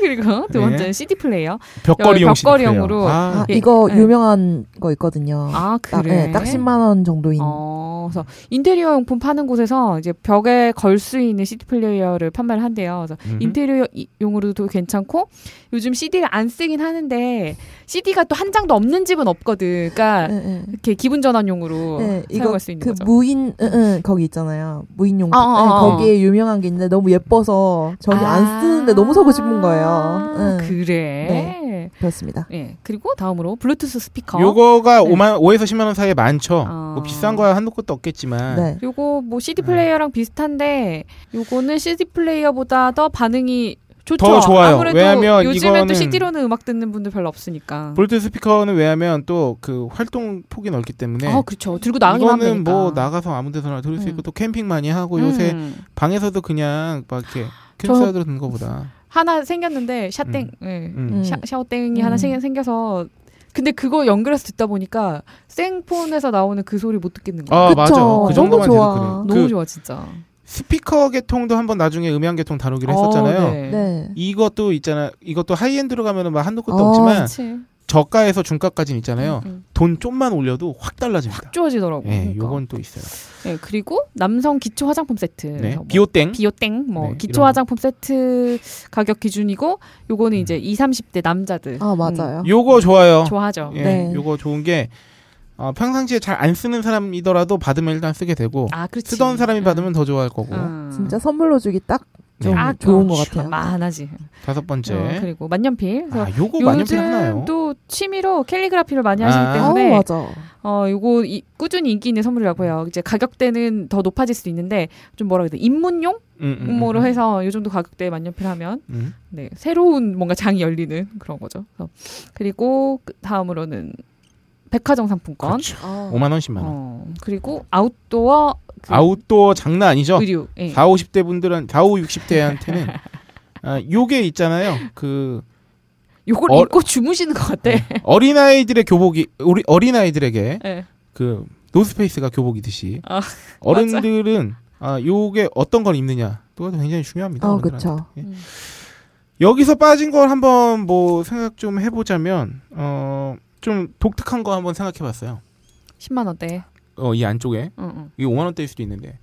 그리고 두 네. 번째는 CD 플레이어. 벽걸이용 여기 벽걸이용으로. 시트예요. 아, 아, 예, 이거 예. 유명한 거 있거든요. 아 딱, 그래. 네, 딱 10만 원 정도인. 어, 그래서 인테리어 용품 파는 곳에서 이제 벽에 걸 수 있는 CD 플레이어를 판매를 한대요. 그래서 음. 인테리어 이- 용으로도 괜찮고 요즘 CD를 안 쓰긴 하는데 CD가 또 한 장도 없는 집은 없거든. 그러니까 예, 예. 이렇게 기분 전환용으로 네, 사용할 이거 수 있는 그 거죠. 무인 응, 응, 거기 있잖아요. 무인용 아, 아, 네, 아, 아. 거기에 유명한 게 있는데 너무 예뻐서 저기 안 쓰는데 너무 사고 싶은 거예요. 네. 아, 응, 그래. 그렇습니다. 예. 그리고 다음으로 블루투스 스피커. 요거가 네. 5만 5에서 10만 원 사이에 많죠. 어. 뭐 비싼 거야 한도 끝도 없겠지만 네. 요거 뭐 CD 플레이어랑 비슷한데 요거는 CD 플레이어보다 더 반응이 좋죠. 더 좋아요. 아무래도 왜냐면 요즘엔 또 이거는- CD로는 음악 듣는 분들 별로 없으니까. 볼트 스피커는 왜냐하면 또 그 활동 폭이 넓기 때문에 아, 그렇죠. 들고 나가기만 하면 네. 이거는 되니까. 뭐 나가서 아무 데서나 들을 수 음. 있고 또 캠핑 많이 하고 요새 음. 방에서도 그냥 막 이렇게 저- 캠사이드로 듣는 거보다 하나 생겼는데 샤땡. 예. 음. 음. 샤, 샤오땡이 하나 음. 생, 생겨서 근데 그거 연결해서 듣다 보니까 생폰에서 나오는 그 소리 못 듣겠는 거야. 아 그쵸. 맞아 그 너무 정도만 좋아. 되는 그래 너무 그 좋아 진짜. 스피커 계통도 한번 나중에 음향 계통 다루기로 했었잖아요. 어, 네. 네. 이것도 있잖아. 이것도 하이엔드로 가면은 막 한도 끝도 어, 없지만 그치. 저가에서 중가까지는 있잖아요. 음. 돈 좀만 올려도 확 달라집니다. 좋아지더라고. 예, 그러니까. 요건 또 있어요. 예, 그리고 남성 기초 화장품 세트. 네. 그래서 뭐 비오땡. 비오땡 뭐 네, 기초 이런 거. 화장품 세트 가격 기준이고 요거는 음. 이제 2, 30대 남자들. 아 음, 맞아요. 요거 좋아요. 좋아하죠. 예, 네. 요거 좋은 게 어, 평상시에 잘 안 쓰는 사람이더라도 받으면 일단 쓰게 되고 아, 그렇지. 뭐 쓰던 사람이 받으면 더 좋아할 거고 음. 진짜 선물로 주기 딱 네. 좀 아, 좋은 어, 것 같아요. 만하지. 다섯 번째. 어, 그리고 만년필. 그래서 아, 요거 만년필 하나요? 요즘 또 취미로 캘리그라피를 많이 하시기 아. 아우 때문에 맞아. 어 요거 이, 꾸준히 인기 있는 선물이라고 해요. 이제 가격대는 더 높아질 수도 있는데 좀 뭐라 그래야 돼 입문용 음, 음, 뭐로 음. 해서 요 정도 가격대에 만년필 하면 음. 네, 새로운 뭔가 장이 열리는 그런 거죠. 그래서 그리고 그 다음으로는 백화점 상품권. 그렇죠. 아. 5만 원, 10만 원. 어, 그리고 아웃도어 그 아웃도어 장난 아니죠? 의류. 예. 4, 50대 분들은 4, 5, 60대한테는 아, 요게 있잖아요. 그 요걸 어- 네. 입고 주무시는 것 같아. 어린 아이들의 교복이 우리 어린 아이들에게 예. 그 노스페이스가 교복이듯이 아, 어른들은 아, 요게 어떤 걸 입느냐 또 굉장히 중요합니다. 어 어른들한테. 그쵸. 예. 음. 여기서 빠진 걸 한번 뭐 생각 좀 해보자면 어, 좀 독특한 거 한번 생각해봤어요. 10만 원대. 어, 이 안쪽에 응, 응. 이게 5만 원대일 수도 있는데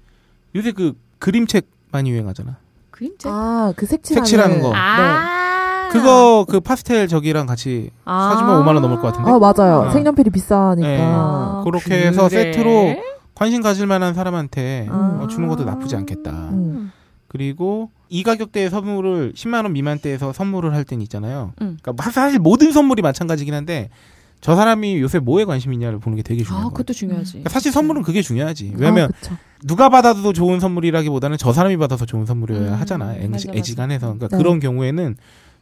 요새 그 그림책 많이 유행하잖아. 그림체. 아그 네. 색칠 색칠하는 거. 아. 어. 그거 그 파스텔 저기랑 같이 아. 사주면 5만 원 넘을 것 같은데? 아 맞아요. 아. 색연필이 비싸니까. 음. 네. 아. 그렇게 해서 세트로 관심 가질 만한 사람한테 음. 아. 어, 주는 것도 나쁘지 않겠다. 음. 그리고 이 가격대의 선물을 10만 원 미만대에서 선물을 할 땐 있잖아요. 음. 그러니까 마- 사실 모든 선물이 마찬가지긴 한데 저 사람이 요새 뭐에 관심 있냐를 보는 게 되게 중요한 아, 거예요. 그것도 중요하지. 그러니까 사실 선물은 그게 중요하지. 왜냐면 아, 그쵸. 누가 받아도 좋은 선물이라기보다는 저 사람이 받아서 좋은 선물이어야 음, 하잖아. 맞아, 애지, 맞아. 애지간해서. 그러니까 네. 그런 경우에는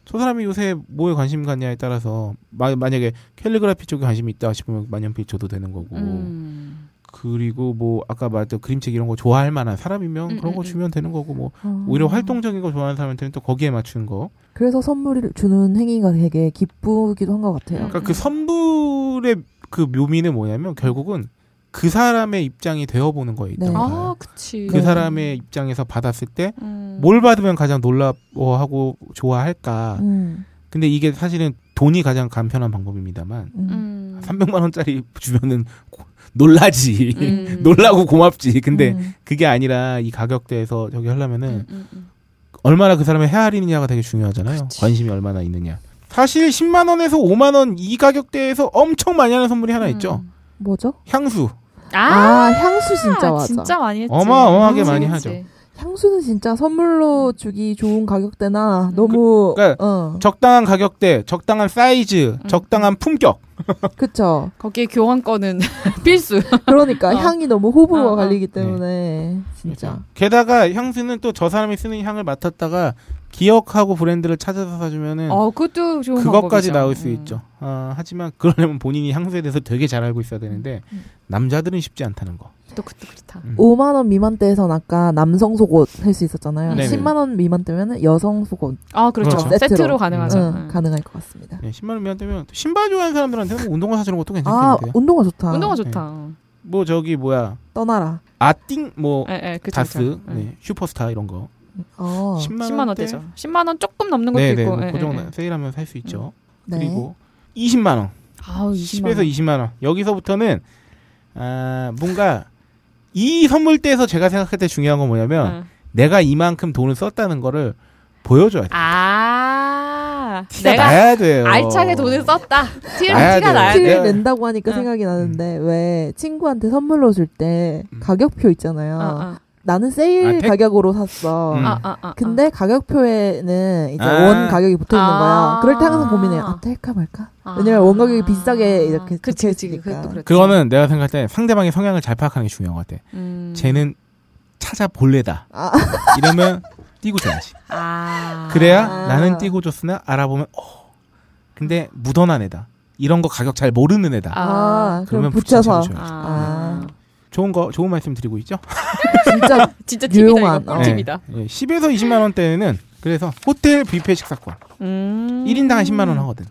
저 사람이 요새 뭐에 관심 갖냐에 따라서 마- 만약에 캘리그라피 쪽에 관심이 있다 싶으면 만년필 줘도 되는 거고 음. 그리고 뭐 아까 말했던 그림책 이런 거 좋아할 만한 사람이면 음, 그런 거 음, 주면 되는 거고 뭐 아. 오히려 활동적인 거 좋아하는 사람한테는 또 거기에 맞추는 거 그래서 선물을 주는 행위가 되게 기쁘기도 한 것 같아요. 그러니까 음. 그 선물의 그 묘미는 뭐냐면 결국은 그 사람의 입장이 되어보는 거에 있다 네. 아, 그치. 그 네. 사람의 입장에서 받았을 때 음. 뭘 받으면 가장 놀라워하고 좋아할까? 음, 근데 이게 사실은 돈이 가장 간편한 방법입니다만 음. 음. 300만 원짜리 주면은 고- 놀라지. 음. 놀라고 고맙지. 근데 음. 그게 아니라 이 가격대에서 저기 하려면은 음, 음, 음. 얼마나 그 사람의 헤아리느냐가 되게 중요하잖아요. 그치. 관심이 얼마나 있느냐. 사실 10만 원에서 5만 원 이 가격대에서 엄청 많이 하는 선물이 하나 있죠. 음. 뭐죠? 향수. 아, 아, 향수 진짜 맞아. 진짜 많이 했지. 음, 어마어마하게 많이 그치, 그치. 향수는 진짜 선물로 주기 좋은 음, 가격대나 너무 그러니까 어, 적당한 가격대, 적당한 사이즈, 음. 적당한 품격. 그쵸. 거기에 교환권은 필수. 그러니까 향이 너무 호불호가 어, 어. 갈리기 네. 때문에 진짜. 게다가 향수는 또 저 사람이 쓰는 향을 맡았다가 기억하고 브랜드를 찾아서 사주면은 어, 그것도 좋은 음. 방법이죠. 그것까지 나올 수 음. 있죠. 아, 하지만 그러려면 본인이 향수에 대해서 되게 잘 알고 있어야 되는데 음. 남자들은 쉽지 않다는 거. 또 그것도 그렇다. 음. 5만 원 미만대에선 아까 남성 속옷 할 수 있었잖아요. 네네. 10만 원 미만대면 여성 속옷 아, 그렇죠. 그렇죠. 세트로, 세트로. 가능하죠. 응, 음. 가능할 것 같습니다. 네, 10만 원 미만 되면 또 신발 좋아하는 사람들한테는 뭐 운동화 사주는 것도 아 괜찮겠는데요. 운동화 좋다. 운동화 좋다. 뭐 저기 뭐야 떠나라. 아띵 뭐 예, 예, 그쵸, 다스 그쵸. 예. 네, 슈퍼스타 이런 거 어, 10만, 10만 원대? 원대죠. 10만 원 조금 넘는 것도 네네 있고. 뭐 예, 그 예, 예. 정도 세일하면 살 수 있죠. 음. 네. 그리고 20만 원. 어, 아우, 20만 10에서 20만 원. 여기서부터는 아, 뭔가 이 선물 때에서 제가 생각할 때 중요한 건 뭐냐면 응. 내가 이만큼 돈을 썼다는 거를 보여줘야 돼. 아. 티가 내가 나야 돼요. 알차게 돈을 썼다. 티, 나야 티가 돼요. 나야 돼. 티를 내가- 낸다고 하니까 응. 생각이 나는데 왜 친구한테 선물로 줄 때 음. 가격표 있잖아요. 아, 아, 나는 세일 아, 택- 가격으로 샀어. 음. 아, 아, 아. 근데 가격표에는 이제 아. 원 가격이 붙어 있는 아. 거야. 그럴 때 항상 고민해요. 아, 뗄까 말까? 아. 왜냐면 원 가격이 비싸게 이렇게 그치, 그치. 적혀있으니까. 그것도 그렇지. 그거는 내가 생각할 때 상대방의 성향을 잘 파악하는 게 중요한 것 같아. 음. 쟤는 찾아볼래다. 아. 이러면 띄고 줘야지. 아. 그래야 아. 나는 띄고 줬으나 알아보면 어. 근데 묻어난 애다. 이런 거 가격 잘 모르는 애다. 아, 그러면 그럼 붙여서 붙여서. 줘야지. 아. 좋은 거 좋은 말씀 드리고 있죠. 진짜 진짜 팁이다. 유용한, 이거 어. 꿀팁이다. 네. 네. 10에서 20만 원대는 그래서 호텔 뷔페 식사권. 음. 1인당 한 10만 원 하거든.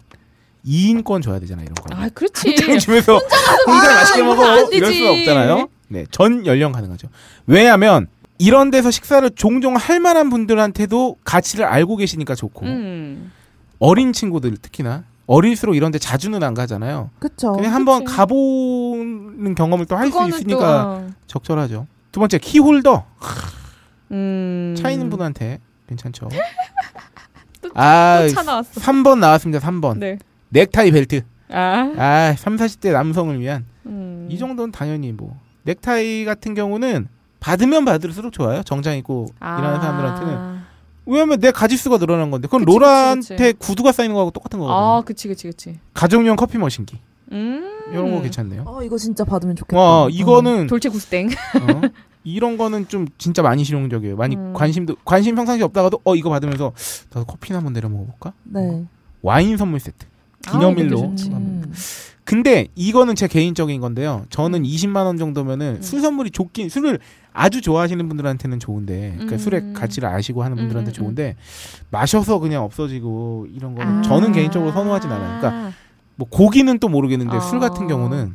2인권 줘야 되잖아, 이런 거. 아, 그렇지. 집에서 혼자 맛있게 이거 안 먹어. 되지. 이럴 수가 없잖아요. 네, 전 연령 가능하죠. 왜냐면 이런 데서 식사를 종종 할 만한 분들한테도 가치를 알고 계시니까 좋고 음. 어린 친구들 특히나 어릴수록 이런 데 자주는 안 가잖아요. 그쵸. 그냥 한번 어, 그치. 가보는 경험을 또 할 수 그거는 있으니까 또, 어. 적절하죠. 두 번째 키홀더 음. 차 있는 분한테 괜찮죠. 아, 또 차 나왔어. 3번 나왔습니다. 3번 네. 넥타이 벨트. 아. 아, 3, 40대 남성을 위한 음. 이 정도는 당연히 뭐 넥타이 같은 경우는 받으면 받을수록 좋아요. 정장 입고 일하는 사람들한테는 아, 왜냐면 내 가짓수가 늘어난 건데 그건 그치, 로라한테 그치, 구두가 쌓이는 거하고 똑같은 거거든요. 아, 그치, 그치, 그치. 가정용 커피 머신기 음. 이런 거 괜찮네요. 어, 이거 진짜 받으면 좋겠다. 와 이거는 돌체 구스땡. 어, 이런 거는 좀 진짜 많이 실용적이에요. 많이 음. 관심도 관심 평상시 없다가도 어 이거 받으면서 나도 커피나 한번 내려 먹어볼까? 네. 와인 선물 세트. 기념일로. 아, 좋지. 음. 근데 이거는 제 개인적인 건데요. 저는 20만 원 정도면은 음. 술 선물이 좋긴 술을 아주 좋아하시는 분들한테는 좋은데 그러니까 음. 술의 가치를 아시고 하는 음, 분들한테 음, 좋은데 마셔서 그냥 없어지고 이런 거는 아. 음. 저는 개인적으로 선호하진 않아요. 그러니까 뭐 고기는 또 모르겠는데 아. 술 같은 경우는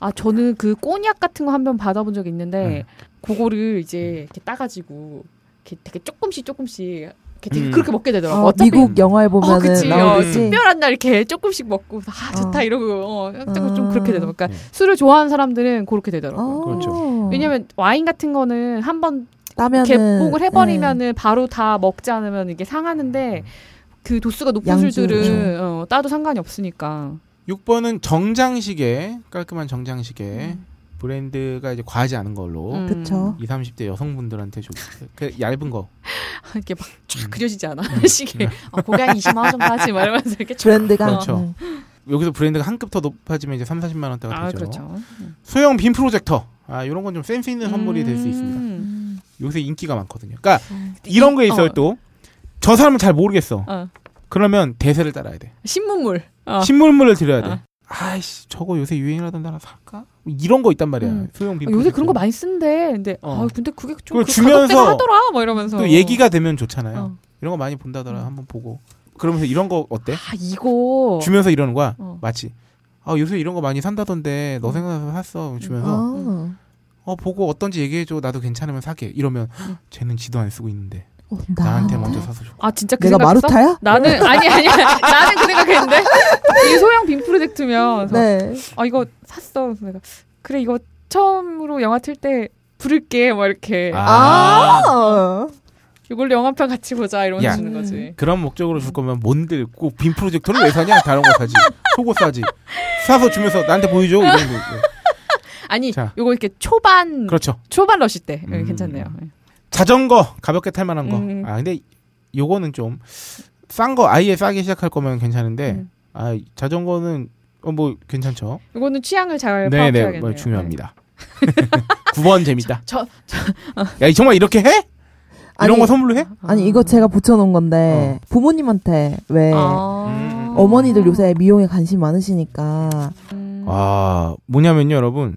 아 저는 그 꼬냑 같은 거 한 번 받아본 적이 있는데 네. 그거를 이제 이렇게 따가지고 이렇게 되게 조금씩 조금씩 이렇게 되게 음. 그렇게 먹게 되더라고. 아, 어, 미국 영화에 보면은 그치. 나오듯이. 어, 특별한 날 이렇게 조금씩 먹고 아 좋다 어. 이러고 어, 약간 좀 아. 그렇게 되더라고. 그러니까 네. 술을 좋아하는 사람들은 그렇게 되더라고. 요 어. 그렇죠. 왜냐면 와인 같은 거는 한번 따면은- 개복을 해버리면은 네. 바로 다 먹지 않으면 이게 음. 상하는데 그 도수가 높은 양주, 술들은 그렇죠. 어, 따도 상관이 없으니까. 6번은 정장식에 깔끔한 정장식에 브랜드가 이제 과하지 않은 걸로 음. 그쵸. 20, 30대 여성분들한테 좋고 그 얇은 거 이렇게 막 쫙 음. 그려지지 않아 시계 어, 고개 한 20만 원 정도 하지 막 이러면서 이렇게 쫙. 브랜드가 그렇죠. 음. 여기서 브랜드가 한 급 더 높아지면 이제 3, 40만 원대가 아 되죠. 그렇죠 소형 빔 프로젝터. 아, 이런 건 좀 센스 있는 선물이 될 수 있습니다. 음. 요새 인기가 많거든요. 그러니까 이런 게 있어요, 어. 또. 저 사람은 잘 모르겠어. 어. 그러면 대세를 따라야 돼. 신문물 어. 신문물을 들여야 돼. 어. 아이씨, 저거 요새 유행하던데 하나 살까? 뭐 이런 거 있단 말이야. 음. 소형 빔 아, 요새 프로젝터. 그런 거 많이 쓴대 근데 어. 아 근데 그게 그걸 좀그 주면서 가격대가 하더라 막 이러면서 또 얘기가 되면 좋잖아요. 어. 음. 이런 거 많이 본다더라. 한번 보고. 그러면서 이런 거 어때? 아 이거 주면서 이러는 거야. 어. 마치. 아, 요새 이런 거 많이 산다던데 너 생각나서 음. 샀어. 주면서 아. 어, 보고 어떤지 얘기해 줘. 나도 괜찮으면 사게. 이러면 쟤는 지도 안 쓰고 있는데. 어, 음. 나한테 뭐 나한테. 먼저 사서 줘. 아 진짜 그 내가 생각했어? 마루타야? 나는 아니 아니 나는 그 생각했는데 이 소형 빔 프로젝트면 네. 아 이거 샀어 그래서 내가 그래 이거 처음으로 영화 틀 때 부를게 막 이렇게 아. 아. 이걸로 영화편 같이 보자 이러면서 야. 주는 거지 그런 목적으로 줄 거면 뭔들 꼭 빔 프로젝터를 왜 사냐? 다른 거 사지. 속옷 사지. 사서 주면서 나한테 보여줘. 이런 거. 예. 아니 자. 요거 이렇게 초반 그렇죠. 초반 러시 때 예, 음. 괜찮네요. 예. 자전거 가볍게 탈 만한 거. 음. 아 근데 요거는 좀 싼 거 아예 싸게 시작할 거면 괜찮은데 음. 아 자전거는 어, 뭐 괜찮죠. 이거는 취향을 잘 네네 파악해야겠네요. 뭐 중요합니다. 9번 재밌다. 저- 어. 야 이- 정말 이렇게 해? 이런 아니, 거 어. 선물로 해? 아니 이거 제가 붙여놓은 건데 부모님한테 왜 음. 아. 어머니들 요새 미용에 관심 많으시니까 음. 아 뭐냐면요 여러분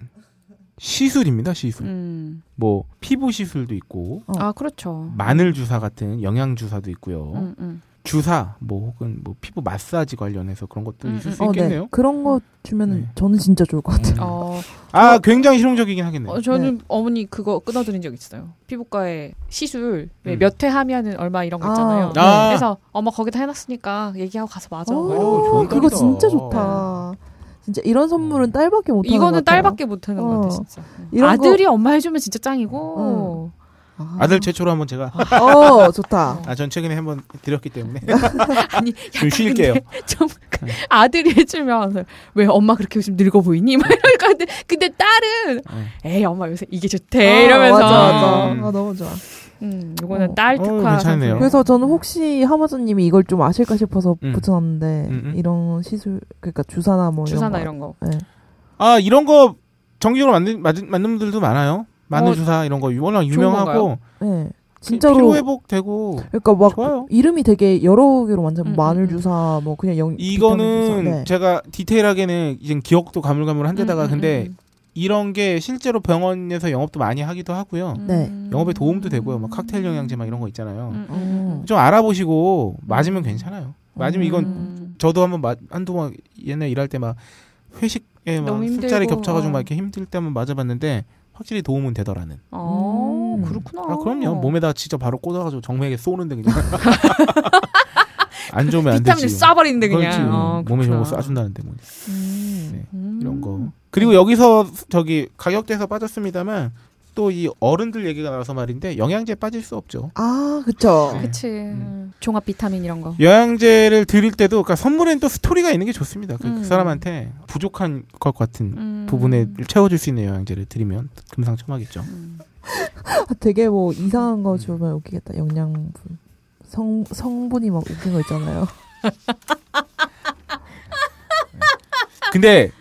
시술입니다 시술. 음. 뭐 피부 시술도 있고 아 그렇죠. 마늘 주사 같은 영양 주사도 있고요. 음, 음. 주사 뭐 혹은 뭐 피부 마사지 관련해서 그런 것도 음, 있을 음. 수 어, 있겠네요. 네. 그런 거 주면 네. 은 저는 진짜 좋을 것 같아요. 어, 아 굉장히 실용적이긴 하겠네요. 어, 저는 어머니 그거 끊어드린 적 있어요. 피부과에 시술 음. 몇 회 하면은 얼마 이런 거 아, 있잖아요. 네. 아. 그래서 엄마 거기다 해놨으니까 얘기하고 가서 맞아. 오, 막 어, 좋은 네. 음. 그거 딸이다. 진짜 좋다. 진짜 이런 선물은 딸밖에 못 하는 이거는 것 같아요. 딸밖에 못하는 어. 건데 진짜. 이런 아들이 엄마 해주면 진짜 짱이고. 아. 아들 최초로 한번 제가 어, 좋다. 아 전 최근에 한번 드렸기 때문에 아니 좀 쉴게요. 네. 좀 아들이 해주면 왜 엄마 그렇게 요즘 늙어 보이니? 막 이럴 것 같은데 근데 딸은 네. 에이 엄마 요새 이게 좋대 아, 네, 이러면서 맞아, 맞아. 음. 아, 너무 좋아. 음, 요거는 어. 딸 어, 특화 괜찮네요. 그래서 저는 혹시 하마저님이 이걸 좀 아실까 싶어서 음. 붙여놨는데 음, 음. 이런 시술 그러니까 주사나 뭐 주사나 이런 이런 거. 거. 네. 아 이런 거 정기적으로 만든 맞은- 만든 분들도 많아요. 마늘 어, 주사 이런 거 워낙 좋은 유명하고 건가요? 네. 진짜로 피로 회복되고 그러니까 막그 좋아요. 이름이 되게 여러 개로 완전 음, 음, 마늘 음. 주사 뭐 그냥 영 비타민 이거는 주사. 네. 제가 디테일하게는 이제 기억도 가물가물한데다가 음, 음, 근데 음, 이런 게 실제로 병원에서 영업도 많이 하기도 하고요. 음. 네. 음. 어, 영업에 도움도 되고요. 막 칵테일 영양제 막 이런 거 있잖아요. 음, 어. 좀 알아보시고 맞으면 괜찮아요. 맞으면 이건 음. 저도 한번 마- 한두 번 옛날 일할 때 막 회식에 막 너무 술자리 힘들고, 겹쳐가지고 어. 막 이렇게 힘들 때 한번 맞아봤는데 확실히 도움은 되더라는. 아, 음. 그렇구나. 아 그럼요. 몸에다 진짜 바로 꽂아가지고 정맥에 쏘는데 그냥 안 좋으면 안 비타민을 되지. 쏴버리는데 그냥. 그렇지. 어, 몸에 저런 거 그렇구나. 쏴준다는데 뭐 네, 음. 이런 거. 그리고 여기서 저기 가격대에서 빠졌습니다만 또 이 어른들 얘기가 나와서 말인데 영양제 빠질 수 없죠. 아, 그쵸. 네. 그치. 종합 비타민 이런 거. 영양제를 드릴 때도 그러니까 선물엔 또 스토리가 있는 게 좋습니다. 그, 그 음. 사람한테 부족한 것 같은 음. 부분에 채워줄 수 있는 영양제를 드리면 금상첨화겠죠. 음. 아, 되게 뭐 이상한 음. 거 주면 웃기겠다. 영양분. 성, 성분이 막 웃긴 거 있잖아요. 근데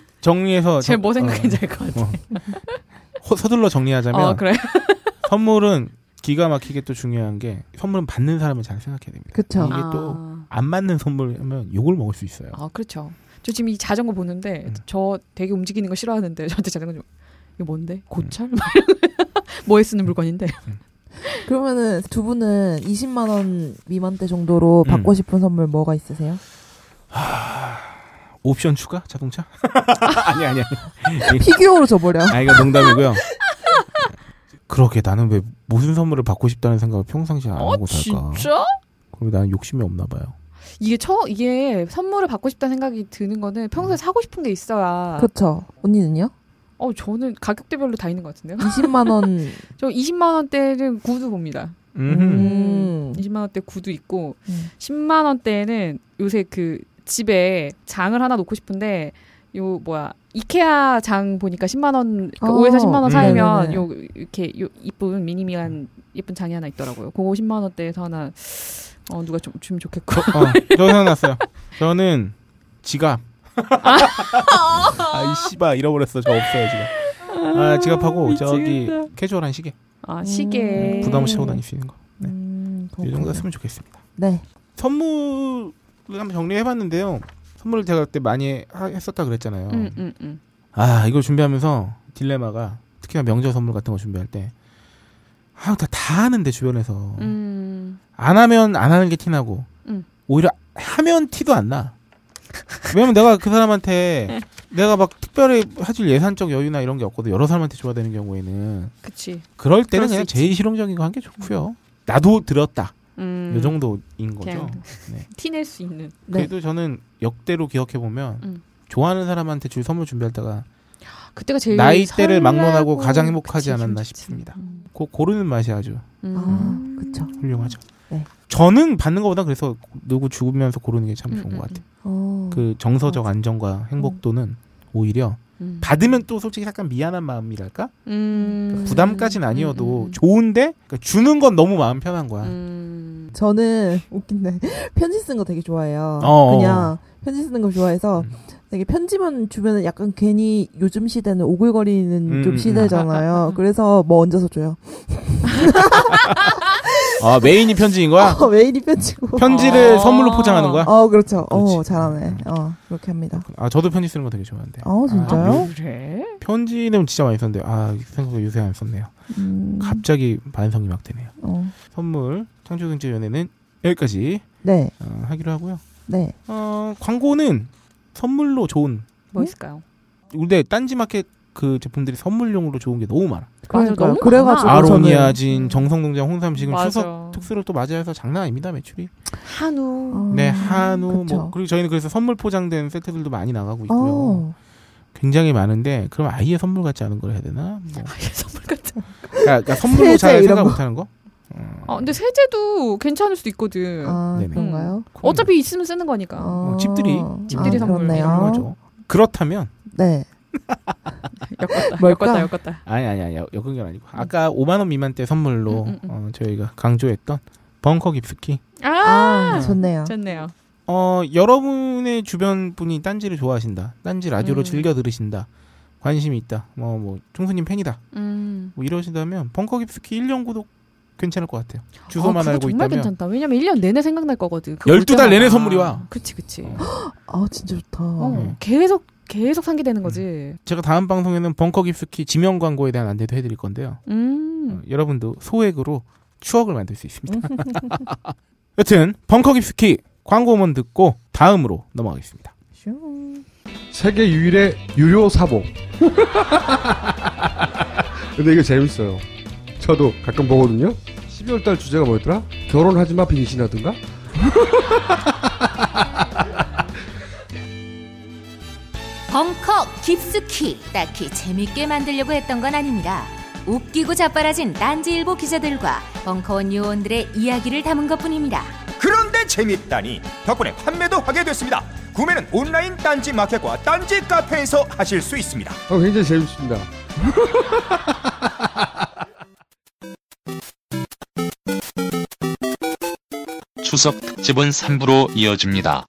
정리해서 제일 뭐 정- 생각인지 어, 알 것 같아. 호- 서둘러 정리하자면 어, 그래. 선물은 기가 막히게 또 중요한 게 선물은 받는 사람을 잘 생각해야 됩니다. 그쵸. 이게 아. 또 안 맞는 선물이면 욕을 먹을 수 있어요. 아, 그렇죠. 저 지금 이 자전거 보는데 그러니까. 음. 저 되게 움직이는 거 싫어하는데 저한테 자전거 좀 이거 음. 뭔데? 고철? 뭐에 쓰는 물건인데. 어, 그러면은 두 분은 20만 원 미만대 정도로 음. 받고 싶은 선물 뭐가 있으세요? 옵션 추가 자동차? 아니 아니 아니. 피규어로 줘버려. 아 이거 농담이고요. 그러게 나는 왜 무슨 선물을 받고 싶다는 생각을 평상시에 안 하고 살까? 그럼 나는 욕심이 없나 봐요. 이게 처 이게 선물을 받고 싶다는 생각이 드는 거는 음. 평소에 사고 싶은 게 있어야. 그렇죠. 언니는요? 어, 저는 가격대별로 다 있는 것 같은데요. 20만 원. 저 20만 원대는 구두 봅니다. 음. 20만 원대 구두 있고 음. 10만 원대는 요새 그 집에 장을 하나 놓고 싶은데 요 뭐야 이케아 장 보니까 10만 원 어. 5에서 10만 원 음. 사이면 네네네. 요 이렇게 요 이쁜 미니미한 예쁜 장이 하나 있더라고요. 그거 10만 원대에서 하나 어 누가 좀 주면 좋겠고. 어, 저 생각났어요. 저는 지갑. 아이 씨발 잃어버렸어. 저 없어요 지금. 아 지갑하고 저기 미치겠다. 캐주얼한 시계 아 시계. 네, 부담 없이 차고 다닐 수 있는 거. 네. 음, 이 그렇군요. 정도였으면 좋겠습니다. 네. 선물을 한번 정리해봤는데요. 선물을 제가 그때 많이 하- 했었다 그랬잖아요. 음, 음, 음. 아 이걸 준비하면서 딜레마가 특히나 명절 선물 같은 거 준비할 때 아, 다, 다 하는데 주변에서 음. 안 하면 안 하는 게 티나고 음. 오히려 하면 티도 안 나. 왜냐면 내가 그 네. 사람한테 내가 막 특별히 해줄 예산적 여유나 이런 게 없거든. 여러 사람한테 줘야 되는 경우에는 그치. 그럴 그럴 때는 수 그냥 있지. 제일 실용적인 거 한 게 좋고요. 나도 들었다. 음. 이 정도인 거죠. 그냥 네. 티낼 수 있는. 네. 그래도 저는 역대로 기억해 보면 음. 좋아하는 사람한테 줄 선물 준비할 때가 그때가 제일 나이대를 설레고 막론하고 가장 그치, 행복하지 진짜. 않았나 싶습니다. 음. 음. 그 고르는 맛이 아주 아, 그쵸. 훌륭하죠. 네. 저는 받는 것보다 그래서 누구 죽으면서 고르는 게 참 음, 좋은 음, 것 같아요. 어. 그 정서적 안정과 행복도는 오히려 음. 받으면 또 솔직히 약간 미안한 마음이랄까 음. 부담까진 아니어도 음, 음, 좋은데 그러니까 주는 건 너무 마음 편한 거야. 음. 저는 웃긴데 편지 쓰는 거 되게 좋아해요. 어어. 그냥 편지 쓰는 거 좋아해서 음. 되게 편지만 주면은 약간 괜히 요즘 시대는 오글거리는 음, 음. 좀 시대잖아요. 그래서 뭐 얹어서 줘요. 아 메인이 편지인 거야? 어, 메일이 편지고. 편지를 아. 선물로 포장하는 거야? 어 그렇죠. 그렇지. 음, 어 잘하네. 어 그렇게 합니다. 아 저도 편지 쓰는 거 되게 좋아하는데. 어 아, 진짜요? 그래? 편지는 진짜 많이 썼는데 아 생각보다 요새 안 썼네요. 음, 갑자기 반성이 막 되네요. 어. 선물 창조경제위원회는 여기까지 네, 어, 하기로 하고요. 네. 어, 광고는 선물로 좋은 뭐 있을까요? 근데 딴지마켓 그 제품들이 선물용으로 좋은 게 너무 많아. 맞아, 그러니까 너무 그래가지고 많아. 저는 음. 아로니아진, 정성농장, 홍삼 음, 지금 추석 특수를 또 맞아야 해서 장난 아닙니다 매출이. 한우. 어, 네 한우 그쵸. 뭐 그리고 저희는 그래서 선물 포장된 세트들도 많이 나가고 있고요. 어, 굉장히 많은데 그럼 아예 선물 같지 않은 걸 해야 되나? 뭐. 선물 같은. 그러니까, 그러니까 선물로 잘 세제 이런 생각 거. 못하는 거? 음, 아, 근데 세제도 괜찮을 수도 있거든. 아 네네. 그런가요? 그럼요. 어차피 있으면 쓰는 거니까. 어, 집들이, 집들이 아, 선물 이런 그렇네요. 거죠. 그렇다면 네, 엮었다. 뭘까? 엮었다. 엮었다. 아니 아니 아니 역근결 아니고 아까 5만 원 미만 대 선물로 음, 음, 음. 어, 저희가 강조했던 벙커 깁스키 아, 좋네요. 좋네요. 어, 여러분의 주변 분이 딴지를 좋아하신다. 딴지 라디오로 음. 즐겨 들으신다. 관심이 있다. 뭐, 뭐, 총수님 팬이다. 음. 뭐 이러신다면 벙커 깁스키 1년 구독 괜찮을 것 같아요. 아, 주소만 그거 알고 정말 있다면. 괜찮다. 왜냐면 1년 내내 생각날 거거든. 그거 볼12달 때마다. 내내 선물이 와. 그치, 그치. 어. 아 진짜 좋다. 어, 네. 계속, 계속 상기되는 거지. 제가 다음 방송에는 벙커 깁스키 지명 광고에 대한 안내도 해드릴 건데요. 음. 음. 어, 여러분도 소액으로 추억을 만들 수 있습니다. 여튼 벙커 깁스키 광고만 듣고 다음으로 넘어가겠습니다. 슝. 세계 유일의 유료 사복. 근데 이거 재밌어요. 저도 가끔 보거든요. 12월 달 주제가 뭐였더라? 결혼하지 마 빙신하든가? 어, 벙커 깊숙이 딱히 재밌게 만들려고 했던 건 아닙니다. 웃기고 자빠라진 딴지일보 기자들과 벙커원 요원들의 이야기를 담은 것뿐입니다. 그런데 재밌다니 덕분에 판매도 하게 됐습니다. 구매는 온라인 딴지 마켓과 딴지 카페에서 하실 수 있습니다. 어, 굉장히 재밌습니다. 추석 특집은 3부로 이어집니다.